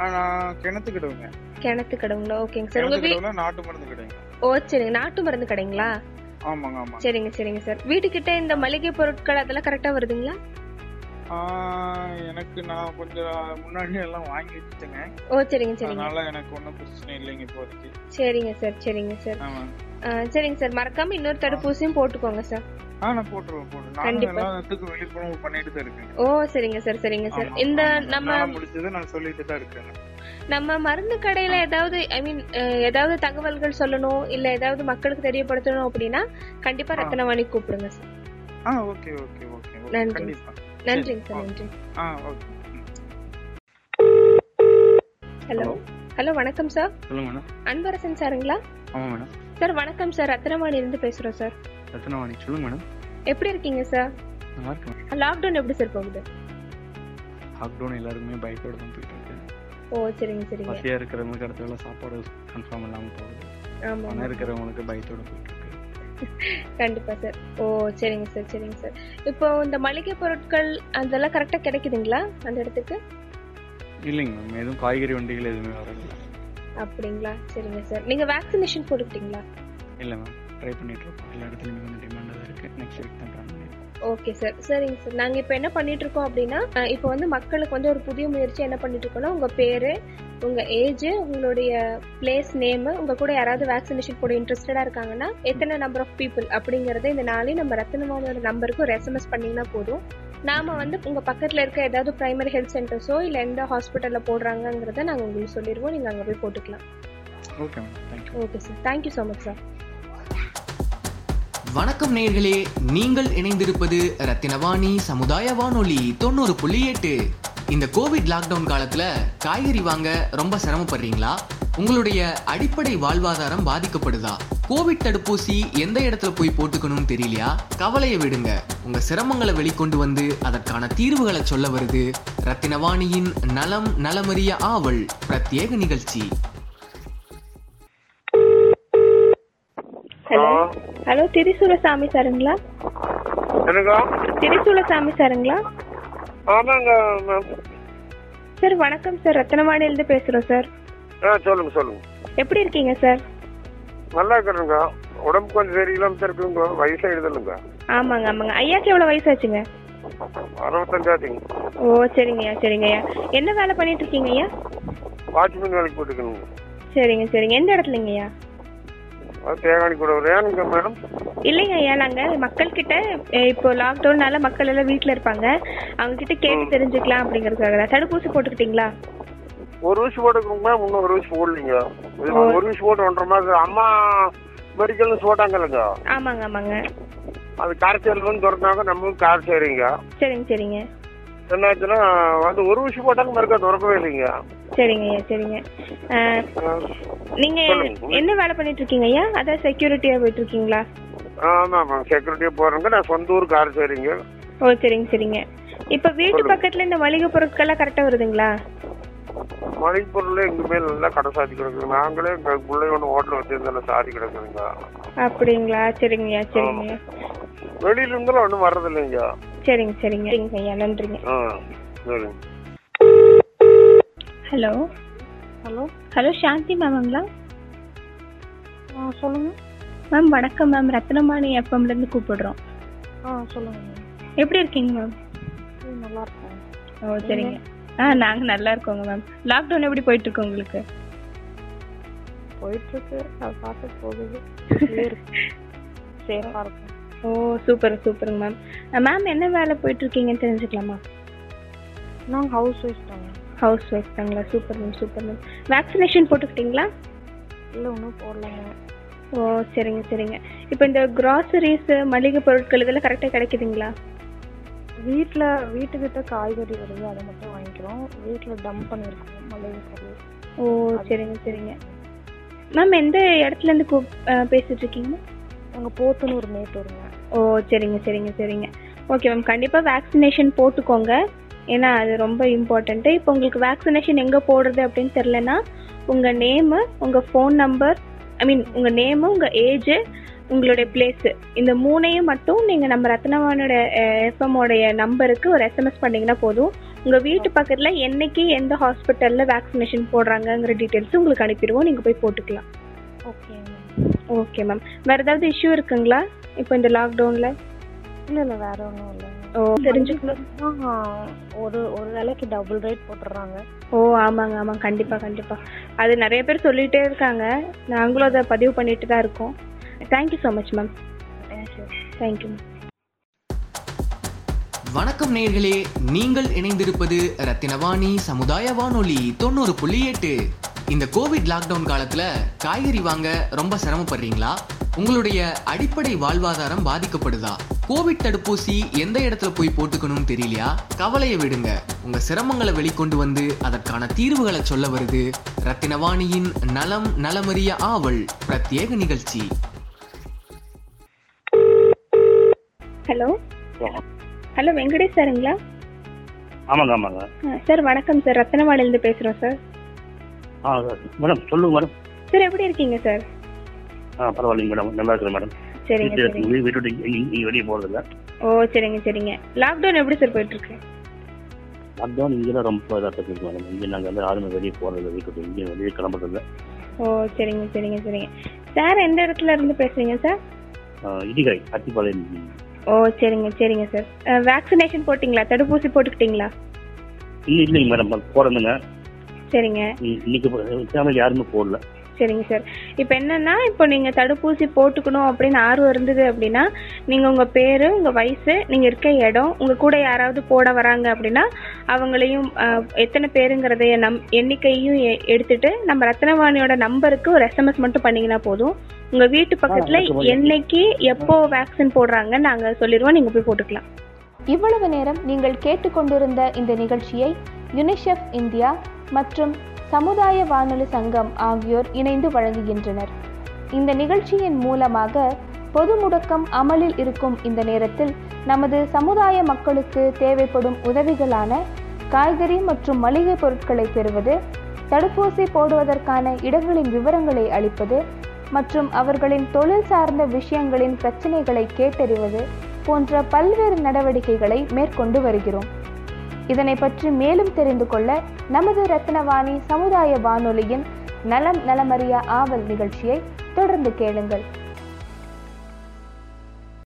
Speaker 13: ஆ, நான் கிணத்துக்கிடுவேங்க
Speaker 1: கிணத்து கடவுங்களா ஓகேங்க சார் உங்க வீ
Speaker 13: கிணத்துக்கிடுவேன் நாட்டு மருந்து கிடையாது
Speaker 1: ஓ சரிங்க நாட்டு மருந்து கடைங்களா
Speaker 13: ஆமாங்க ஆமாங்க
Speaker 1: சரிங்க சரிங்க சார் வீட்டுக்கிட்ட இந்த மளிகை பொருட்கள் அதெல்லாம் கரெக்டா வருதுங்களா
Speaker 13: ஆ, எனக்கு நான் கொஞ்சம் முன்னாடி எல்லாம் வாங்கி வச்சுட்டேங்க
Speaker 1: ஓ சரிங்க சரிங்க
Speaker 13: அதனால எனக்கு ஒன்றும் பிரச்சனை இல்லைங்க இப்போதைக்கு
Speaker 1: சரிங்க சார் சரிங்க சார்
Speaker 13: ஆமாங்க
Speaker 1: ஆ, சரிங்க சார் மறக்காம இன்னொரு தடுப்பூசியும் போட்டுக்கோங்க சார்
Speaker 13: ஆ நான் போட்டுருவேன் போட்டு நானும்
Speaker 1: கண்டிப்பா.
Speaker 13: எல்லாத்துக்கும் விழிப்புணர்வு பண்ணிட்டு தான் இருக்கேன்
Speaker 1: ஓ சரிங்க சார் சரிங்க சார்
Speaker 13: ஆமா,
Speaker 1: இந்த
Speaker 13: ஆமா.
Speaker 1: நம்ம
Speaker 13: என்னால முடிஞ்சதை நான் சொல்லிட்டு தான் இருக்கேன்
Speaker 1: நம்ம மருந்து கடையில ஏதாவது ஐ மீன் ஏதாவது தகவல்கள் சொல்லணும் இல்ல ஏதாவது மக்களுக்கு தெரியப்படுத்தணும் அப்படின்னா கண்டிப்பா ரத்னவாணி கூப்பிடுங்க சார்
Speaker 13: ஆ ஓகே ஓகே ஓகே ஓகே,
Speaker 1: நன்றி.
Speaker 13: கண்டிப்பா
Speaker 1: நன்றிங்க சார் நன்றி
Speaker 13: ஆ ஓகே
Speaker 1: ஹலோ ஹலோ வணக்கம் சார்
Speaker 12: சொல்லுங்க மேடம்
Speaker 1: அன்பரசன் சாருங்களா
Speaker 12: ஆமா மேடம்
Speaker 1: சார் வணக்கம் சார் ரத்னவாணி இருந்து பேசுறோம் சார்
Speaker 12: ரத்னவாணி சொல்லுங்க மேடம்
Speaker 1: எப்படி இருக்கீங்க சார்
Speaker 12: நல்லா இருக்கு மேடம்
Speaker 1: லாக்டவுன் எப்படி சார் போகுது
Speaker 12: லாக்டவுன் எல்லாருக்குமே பயத்தோட தான் போயிட்டு இருக்கு
Speaker 1: ஓ சரிங்க சரிங்க
Speaker 12: பசியா இருக்கிறவங்களுக்கு அடுத்த வேளை சாப்பாடு கன்ஃபார்ம் இல்லாம போகுது
Speaker 1: ஆமா
Speaker 12: பணம் இருக்கிறவங்களுக்கு பயத்தோட போயிட்டு இருக்கு
Speaker 1: கண்டிப்பா சார் ஓ சரிங்க சார் சரிங்க சார் இப்போ இந்த மளிகை பொருட்கள் அதெல்லாம் கரெக்டா கிடைக்குதுங்களா அந்த இடத்துக்கு
Speaker 12: இல்லைங்க மேம் எதுவும் காய்கறி வண்டிகள் எதுவுமே வரல
Speaker 1: அப்படிங்களா சரிங்க சார் நீங்க வேக்சினேஷன் போட்டுக்கிட்டீங்களா
Speaker 12: இல்லை மேம் ட்ரை பண்ணிட்டு இருக்கோம் எல்லா இடத்துலையுமே கொஞ்சம் டிமாண்டாக தான் இருக்கு நெக்ஸ்ட் வீக் தான் பிளான் பண்ணிருக்கோம்
Speaker 1: ஓகே சார் சரிங்க சார் நாங்க இப்போ என்ன பண்ணிட்டு இருக்கோம் அப்படின்னா அஹ், இப்போ வந்து மக்களுக்கு வந்து ஒரு புதிய முயற்சி என்ன பண்ணிட்டு இருக்கோம்னா உங்க பேரு உங்க ஏஜ் உங்களுடைய பிளேஸ் நேம் உங்க கூட யாராவது வேக்சினேஷன் போட இன்ட்ரெஸ்டடா இருக்காங்கன்னா எத்தனை நம்பர் ஆஃப் பீப்புள் அப்படிங்கறத இந்த நாளே நம்ம ரத்தனமாவோட நம்பருக்கு ஒரு எஸ்எம்எஸ் பண்ணீங்கன்னா போதும் நாம வந்து உங்க பக்கத்துல இருக்க ஏதாவது பிரைமரி ஹெல்த் சென்டர்ஸோ இல்ல எந்த ஹாஸ்பிட்டல்ல போடுறாங்கங்கிறத நாங்க உங்களுக்கு சொல்லிடுவோம் நீங்க அங்க போய் போட்டுக்கலாம்
Speaker 12: okay ma'am thank you
Speaker 1: okay sir thank you so much sir
Speaker 2: வணக்கம் நேயர்களே நீங்கள் இணைந்திருப்பது ரத்தினவாணி சமுதாய வானொலி தொண்ணூறு புள்ளி எட்டு இந்த கோவிட் லாக்டவுன் காலத்துல காய்கறி வாங்க ரொம்ப சிரமப்படுறீங்களா உங்களுடைய அடிப்படை வாழ்வாதாரம் பாதிக்கப்படுதா கோவிட் தடுப்பூசி எந்த இடத்துல போய் போட்டுக்கணும்னு தெரியலையா கவலையை விடுங்க உங்க சிரமங்களை வெளிக்கொண்டு வந்து அதற்கான தீர்வுகளை சொல்ல வருது ரத்தினவாணியின் நலம் நலமறிய ஆவல் பிரத்யேக நிகழ்ச்சி
Speaker 1: ஹலோ ஹலோ திரிசூலசாமி சாருங்களா
Speaker 14: எனக்கா
Speaker 1: திரிசூலசாமி சாருங்களா
Speaker 14: ஆமாங்க மேம்
Speaker 1: சார் வணக்கம் சார் ரத்னவாணியிலிருந்து பேசுறோம் சார்
Speaker 14: ஆ சொல்லுங்க சொல்லுங்க
Speaker 1: எப்படி இருக்கீங்க சார்
Speaker 14: நல்லா இருக்கிறேங்க உடம்பு கொஞ்சம் சரியில்லாம தான் இருக்குங்க வயசு எழுதலுங்க
Speaker 1: ஆமாங்க ஆமாங்க ஐயாக்கு எவ்வளவு வயசாச்சுங்க
Speaker 14: அறுபத்தஞ்சாத்திங்க
Speaker 1: ஓ சரிங்க ஐயா சரிங்க ஐயா என்ன வேலை பண்ணிட்டு இருக்கீங்க ஐயா
Speaker 14: வாட்ச்மேன் வேலைக்கு போட்டுக்கணுங்க
Speaker 1: சரிங்க சரிங்க எந்த இடத்துலங்க ஐயா
Speaker 14: அது தேகாணி கூட ஏனுங்க மேடம்
Speaker 1: இல்லைங்க ஐயா நாங்க மக்கள்கிட்ட அஹ், இப்போ லாக்டவுன்னால மக்கள் எல்லாம் வீட்ல இருப்பாங்க அவங்க கிட்ட கேட்டு தெரிஞ்சுக்கலாம் அப்படிங்கறதுக்காக தான். தடுப்பூசி போட்டுக்கிட்டீங்களா
Speaker 14: ஒரு ஊசி போட்டுக்கணுங்க மேம் இன்னும் ஒரு ஊசி போடலீங்க இது ஒரு ஊசி போட்டு ஒன்றரை மாதம் அம்மா மெடிக்கல்னு போட்டாங்கல்லங்க
Speaker 1: ஆமாங்க ஆமாங்க
Speaker 14: அது காய்ச்சல் வந்து திறந்தாங்க நம்மளும் காய்ச்சறிங்க
Speaker 1: சரிங்க சரிங்க
Speaker 14: என்னாச்சுன்னா அது ஒரு ஊசி போட்டாங்க மறுக்கா திறக்கவே இல்லைங்க
Speaker 1: சரிங்க ஐயா சரிங்க அஹ், நீங்க என்ன வேலை பண்ணிட்டு இருக்கீங்க ஐயா அதான் செக்யூரிட்டியா போயிட்டு இருக்கீங்களா
Speaker 14: ஆமாம் ஆமாம் செக்யூரிட்டியாக போகிறேங்க நான் சொந்த ஊர் காய்ச்சறிங்க
Speaker 1: ஓ சரிங்க சரிங்க இப்போ வீட்டு பக்கத்துல இந்த மளிகை பொருட்கள்லாம் கரெக்டா வருதுங்களா
Speaker 14: மளிகை பொருள் எங்குமே நல்லா கடை சாத்தி கிடக்குது நாங்களே எங்க பிள்ளை ஒன்று ஹோட்டல் வச்சிருந்தால சாதி கிடக்குதுங்க
Speaker 1: அப்படிங்களா சரிங்கய்யா சரிங்கய்யா
Speaker 14: வெளியில இருந்தாலும் ஒன்றும் வர்றது இல்லைங்க
Speaker 1: சரிங்க சரிங்க சரிங்க ஐயா நன்றிங்க
Speaker 14: ஆ சரிங்க
Speaker 1: ஹலோ
Speaker 15: ஹலோ
Speaker 1: ஹலோ சாந்தி மேமுங்களா
Speaker 15: ஆ சொல்லுங்க
Speaker 1: மேம் வணக்கம் மேம் ரத்னமாணி எஃப்எம்ல இருந்து கூப்பிடுறோம்
Speaker 15: ஆ சொல்லுங்க
Speaker 1: எப்படி இருக்கீங்க மேம்
Speaker 15: இது நல்லா இருக்கும்
Speaker 1: ஓ சரிங்க ஆ நாங்க நல்லா இருக்கோங்க மேம் லாக்டவுன் எப்படி போயிட்டு இருக்கு உங்களுக்கு
Speaker 15: போயிட்டு இருக்கு அது பார்த்து போகுது சேஃபா இருக்கும்
Speaker 1: ஓ சூப்பர் சூப்பருங்க மேம் மேம் என்ன வேலை போயிட்டு இருக்கீங்கன்னு தெரிஞ்சுக்கலாமா
Speaker 15: நாங்க ஹவுஸ் ஒய்ஃப் தாங்க
Speaker 1: ஹவுஸ் ஒய்ஃப் தாங்களா super ma'am super ma'am vaccination போட்டுக்கிட்டீங்களா
Speaker 15: இல்லை ஒன்றும் போடலைங்க
Speaker 1: ஓ சரிங்க சரிங்க இப்போ இந்த கிராசரிஸ் மளிகை பொருட்கள் இதெல்லாம் கரெக்டாக கிடைக்குதுங்களா
Speaker 15: வீட்டில் வீட்டுக்கிட்ட காய்கறி வருது அதை மட்டும் வாங்கிக்கிறோம் வீட்டில் டம்ப் பண்ணியிருக்கோம் மளிகை பொருள்
Speaker 1: ஓ சரிங்க சரிங்க மேம் எந்த இடத்துலேருந்து கூப் அஹ், பேசிட்டு இருக்கீங்க
Speaker 15: நாங்கள் போத்தனூர் மேட்டூருங்க
Speaker 1: ஓ சரிங்க சரிங்க சரிங்க ஓகே மேம் கண்டிப்பாக வேக்சினேஷன் போட்டுக்கோங்க ஏன்னா அது ரொம்ப இம்பார்ட்டண்ட்டு இப்போ உங்களுக்கு வேக்சினேஷன் எங்கே போடுறது அப்படின்னு தெரிலனா உங்கள் நேமு உங்கள் ஃபோன் நம்பர் ஐ மீன் உங்கள் நேமு உங்கள் ஏஜு உங்களுடைய பிளேஸு இந்த மூணையும் மட்டும் நீங்கள் நம்ம ரத்னவானோட எஃப்எம்மோடைய நம்பருக்கு ஒரு எஸ்எம்எஸ் பண்ணிங்கன்னா போதும் உங்கள் வீட்டு பக்கத்தில் என்னைக்கு எந்த ஹாஸ்பிட்டலில் வேக்சினேஷன் போடுறாங்கங்கிற டீட்டெயில்ஸ் உங்களுக்கு அனுப்பிடுவோம் நீங்கள் போய் போட்டுக்கலாம்
Speaker 15: ஓகே
Speaker 1: ஓகே மேம் வேறு ஏதாவது இஷ்யூ இருக்குங்களா இப்போ இந்த லாக்டவுனில்
Speaker 15: இல்லை இல்லை வேற ஒன்றும் இல்லை
Speaker 1: ஓ தெரிஞ்சுக்கணும்
Speaker 15: தெரிஞ்சுக்கலாம் ஒரு ஒரு வேலைக்கு டபுள் ரேட் போட்டுடுறாங்க
Speaker 1: ஓ ஆமாங்க ஆமாம் கண்டிப்பாக கண்டிப்பாக அது நிறைய பேர் சொல்லிகிட்டே இருக்காங்க நாங்களும் அதை பதிவு பண்ணிட்டு தான் இருக்கோம் thank you so much ma'am thank you ma'am
Speaker 2: வணக்கம் நேயர்களே நீங்கள் இணைந்திருப்பது ரத்தினவாணி சமுதாய வானொலி தொண்ணூறு புள்ளி எட்டு இந்த கோவிட் லாக்டவுன் காலத்துல காய்கறி வாங்க ரொம்ப சிரமப்படுறீங்களா உங்களுடைய அடிப்படை வாழ்வாதாரம் பாதிக்கப்படுதா கோவிட் தடுப்பூசி எந்த இடத்துல போய் போட்டுக்கணும்னு தெரியலையா கவலையை விடுங்க உங்க சிரமங்களை வெளிக்கொண்டு வந்து அதற்கான தீர்வுகளை சொல்ல வருது ரத்தினவாணியின் நலம் நலமறிய ஆவல் பிரத்யேக நிகழ்ச்சி
Speaker 1: ஹலோ ஹலோ வெங்கடேஷ் சாருங்களா
Speaker 16: ஆமாங்க ஆமாங்க
Speaker 1: சார் வணக்கம் சார் ரத்தனவாடிலேருந்து பேசுகிறோம் சார்
Speaker 16: ஆ மேடம் சொல்லுங்க மேடம்
Speaker 1: சார் எப்படி இருக்கீங்க சார்
Speaker 16: ஆ பரவாயில்லைங்க மேடம் நல்லா இருக்கிறேன் மேடம்
Speaker 1: சரிங்க
Speaker 16: வீட்டில்
Speaker 1: சரிங்க
Speaker 16: இருக்கீங்க வீட்டு விட்டு எங்கேயும் நீங்க வெளியே போகிறதில்ல
Speaker 1: ஓ சரிங்க சரிங்க லாக்டவுன் எப்படி சார் போயிட்டுருக்கு
Speaker 16: லாக்டவுன் இங்கெல்லாம் ரொம்ப இதாக இருக்குது மேடம் இங்கே நாங்கள் வந்து யாருமே வெளியே போகிறதில்ல வீட்டு விட்டு எங்கேயும் வெளியே கிளம்புறதில்ல
Speaker 1: ஓ சரிங்க சரிங்க சரிங்க சார் எந்த இடத்துல இருந்து பேசுறீங்க சார்
Speaker 16: ஆ, இடிகாய் அத்திப்பாளையம்
Speaker 1: ஓ சரிங்க சரிங்க சார் வேக்சினேஷன் போட்டிங்களா தடுப்பூசி போட்டுக்கிட்டீங்களா
Speaker 16: இல்லை இல்லைங்க மேடம் போகிறதுங்க
Speaker 1: சரிங்க
Speaker 16: இன்னைக்கு ஃபேமிலி யாருமே போடல
Speaker 1: சரிங்க சார் இப்போ என்னன்னா இப்போ நீங்கள் தடுப்பூசி போட்டுக்கணும் அப்படின்னு ஆர்வம் இருந்தது அப்படின்னா நீங்கள் உங்கள் பேர் உங்கள் வயசு நீங்கள் இருக்க இடம் உங்கள் கூட யாராவது போட வராங்க அப்படின்னா அவங்களையும் அஹ், எத்தனை பேருங்கிறத நம் எண்ணிக்கையும் எ- எடுத்துட்டு நம்ம ரத்னவாணியோட நம்பருக்கு ஒரு எஸ்எம்எஸ் மட்டும் பண்ணீங்கன்னா போதும் உங்கள் வீட்டு பக்கத்தில் என்னைக்கு எப்போ வேக்சின் போடுறாங்க நாங்கள் சொல்லிடுவோம் நீங்கள் போய் போட்டுக்கலாம்
Speaker 17: இவ்வளவு நேரம் நீங்கள் கேட்டுக்கொண்டிருந்த இந்த நிகழ்ச்சியை யுனிசெஃப் இந்தியா மற்றும் சமுதாய வானொலி சங்கம் ஆகியோர் இணைந்து வழங்குகின்றனர் இந்த நிகழ்ச்சியின் மூலமாக பொது முடக்கம் அமலில் இருக்கும் இந்த நேரத்தில் நமது சமுதாய மக்களுக்கு தேவைப்படும் உதவிகளான காய்கறி மற்றும் மளிகை பொருட்களை பெறுவது தடுப்பூசி போடுவதற்கான இடங்களின் விவரங்களை அளிப்பது மற்றும் அவர்களின் தொழில் சார்ந்த விஷயங்களின் பிரச்சனைகளை கேட்டறிவது போன்ற பல்வேறு நடவடிக்கைகளை மேற்கொண்டு வருகிறோம் இதனை பற்றி மேலும் தெரிந்து கொள்ள நமது ரத்னவாணி சமுதாய வானொலியின் நலம் நலமறியா ஆவல் நிகழ்ச்சியை தொடர்ந்து கேளுங்கள்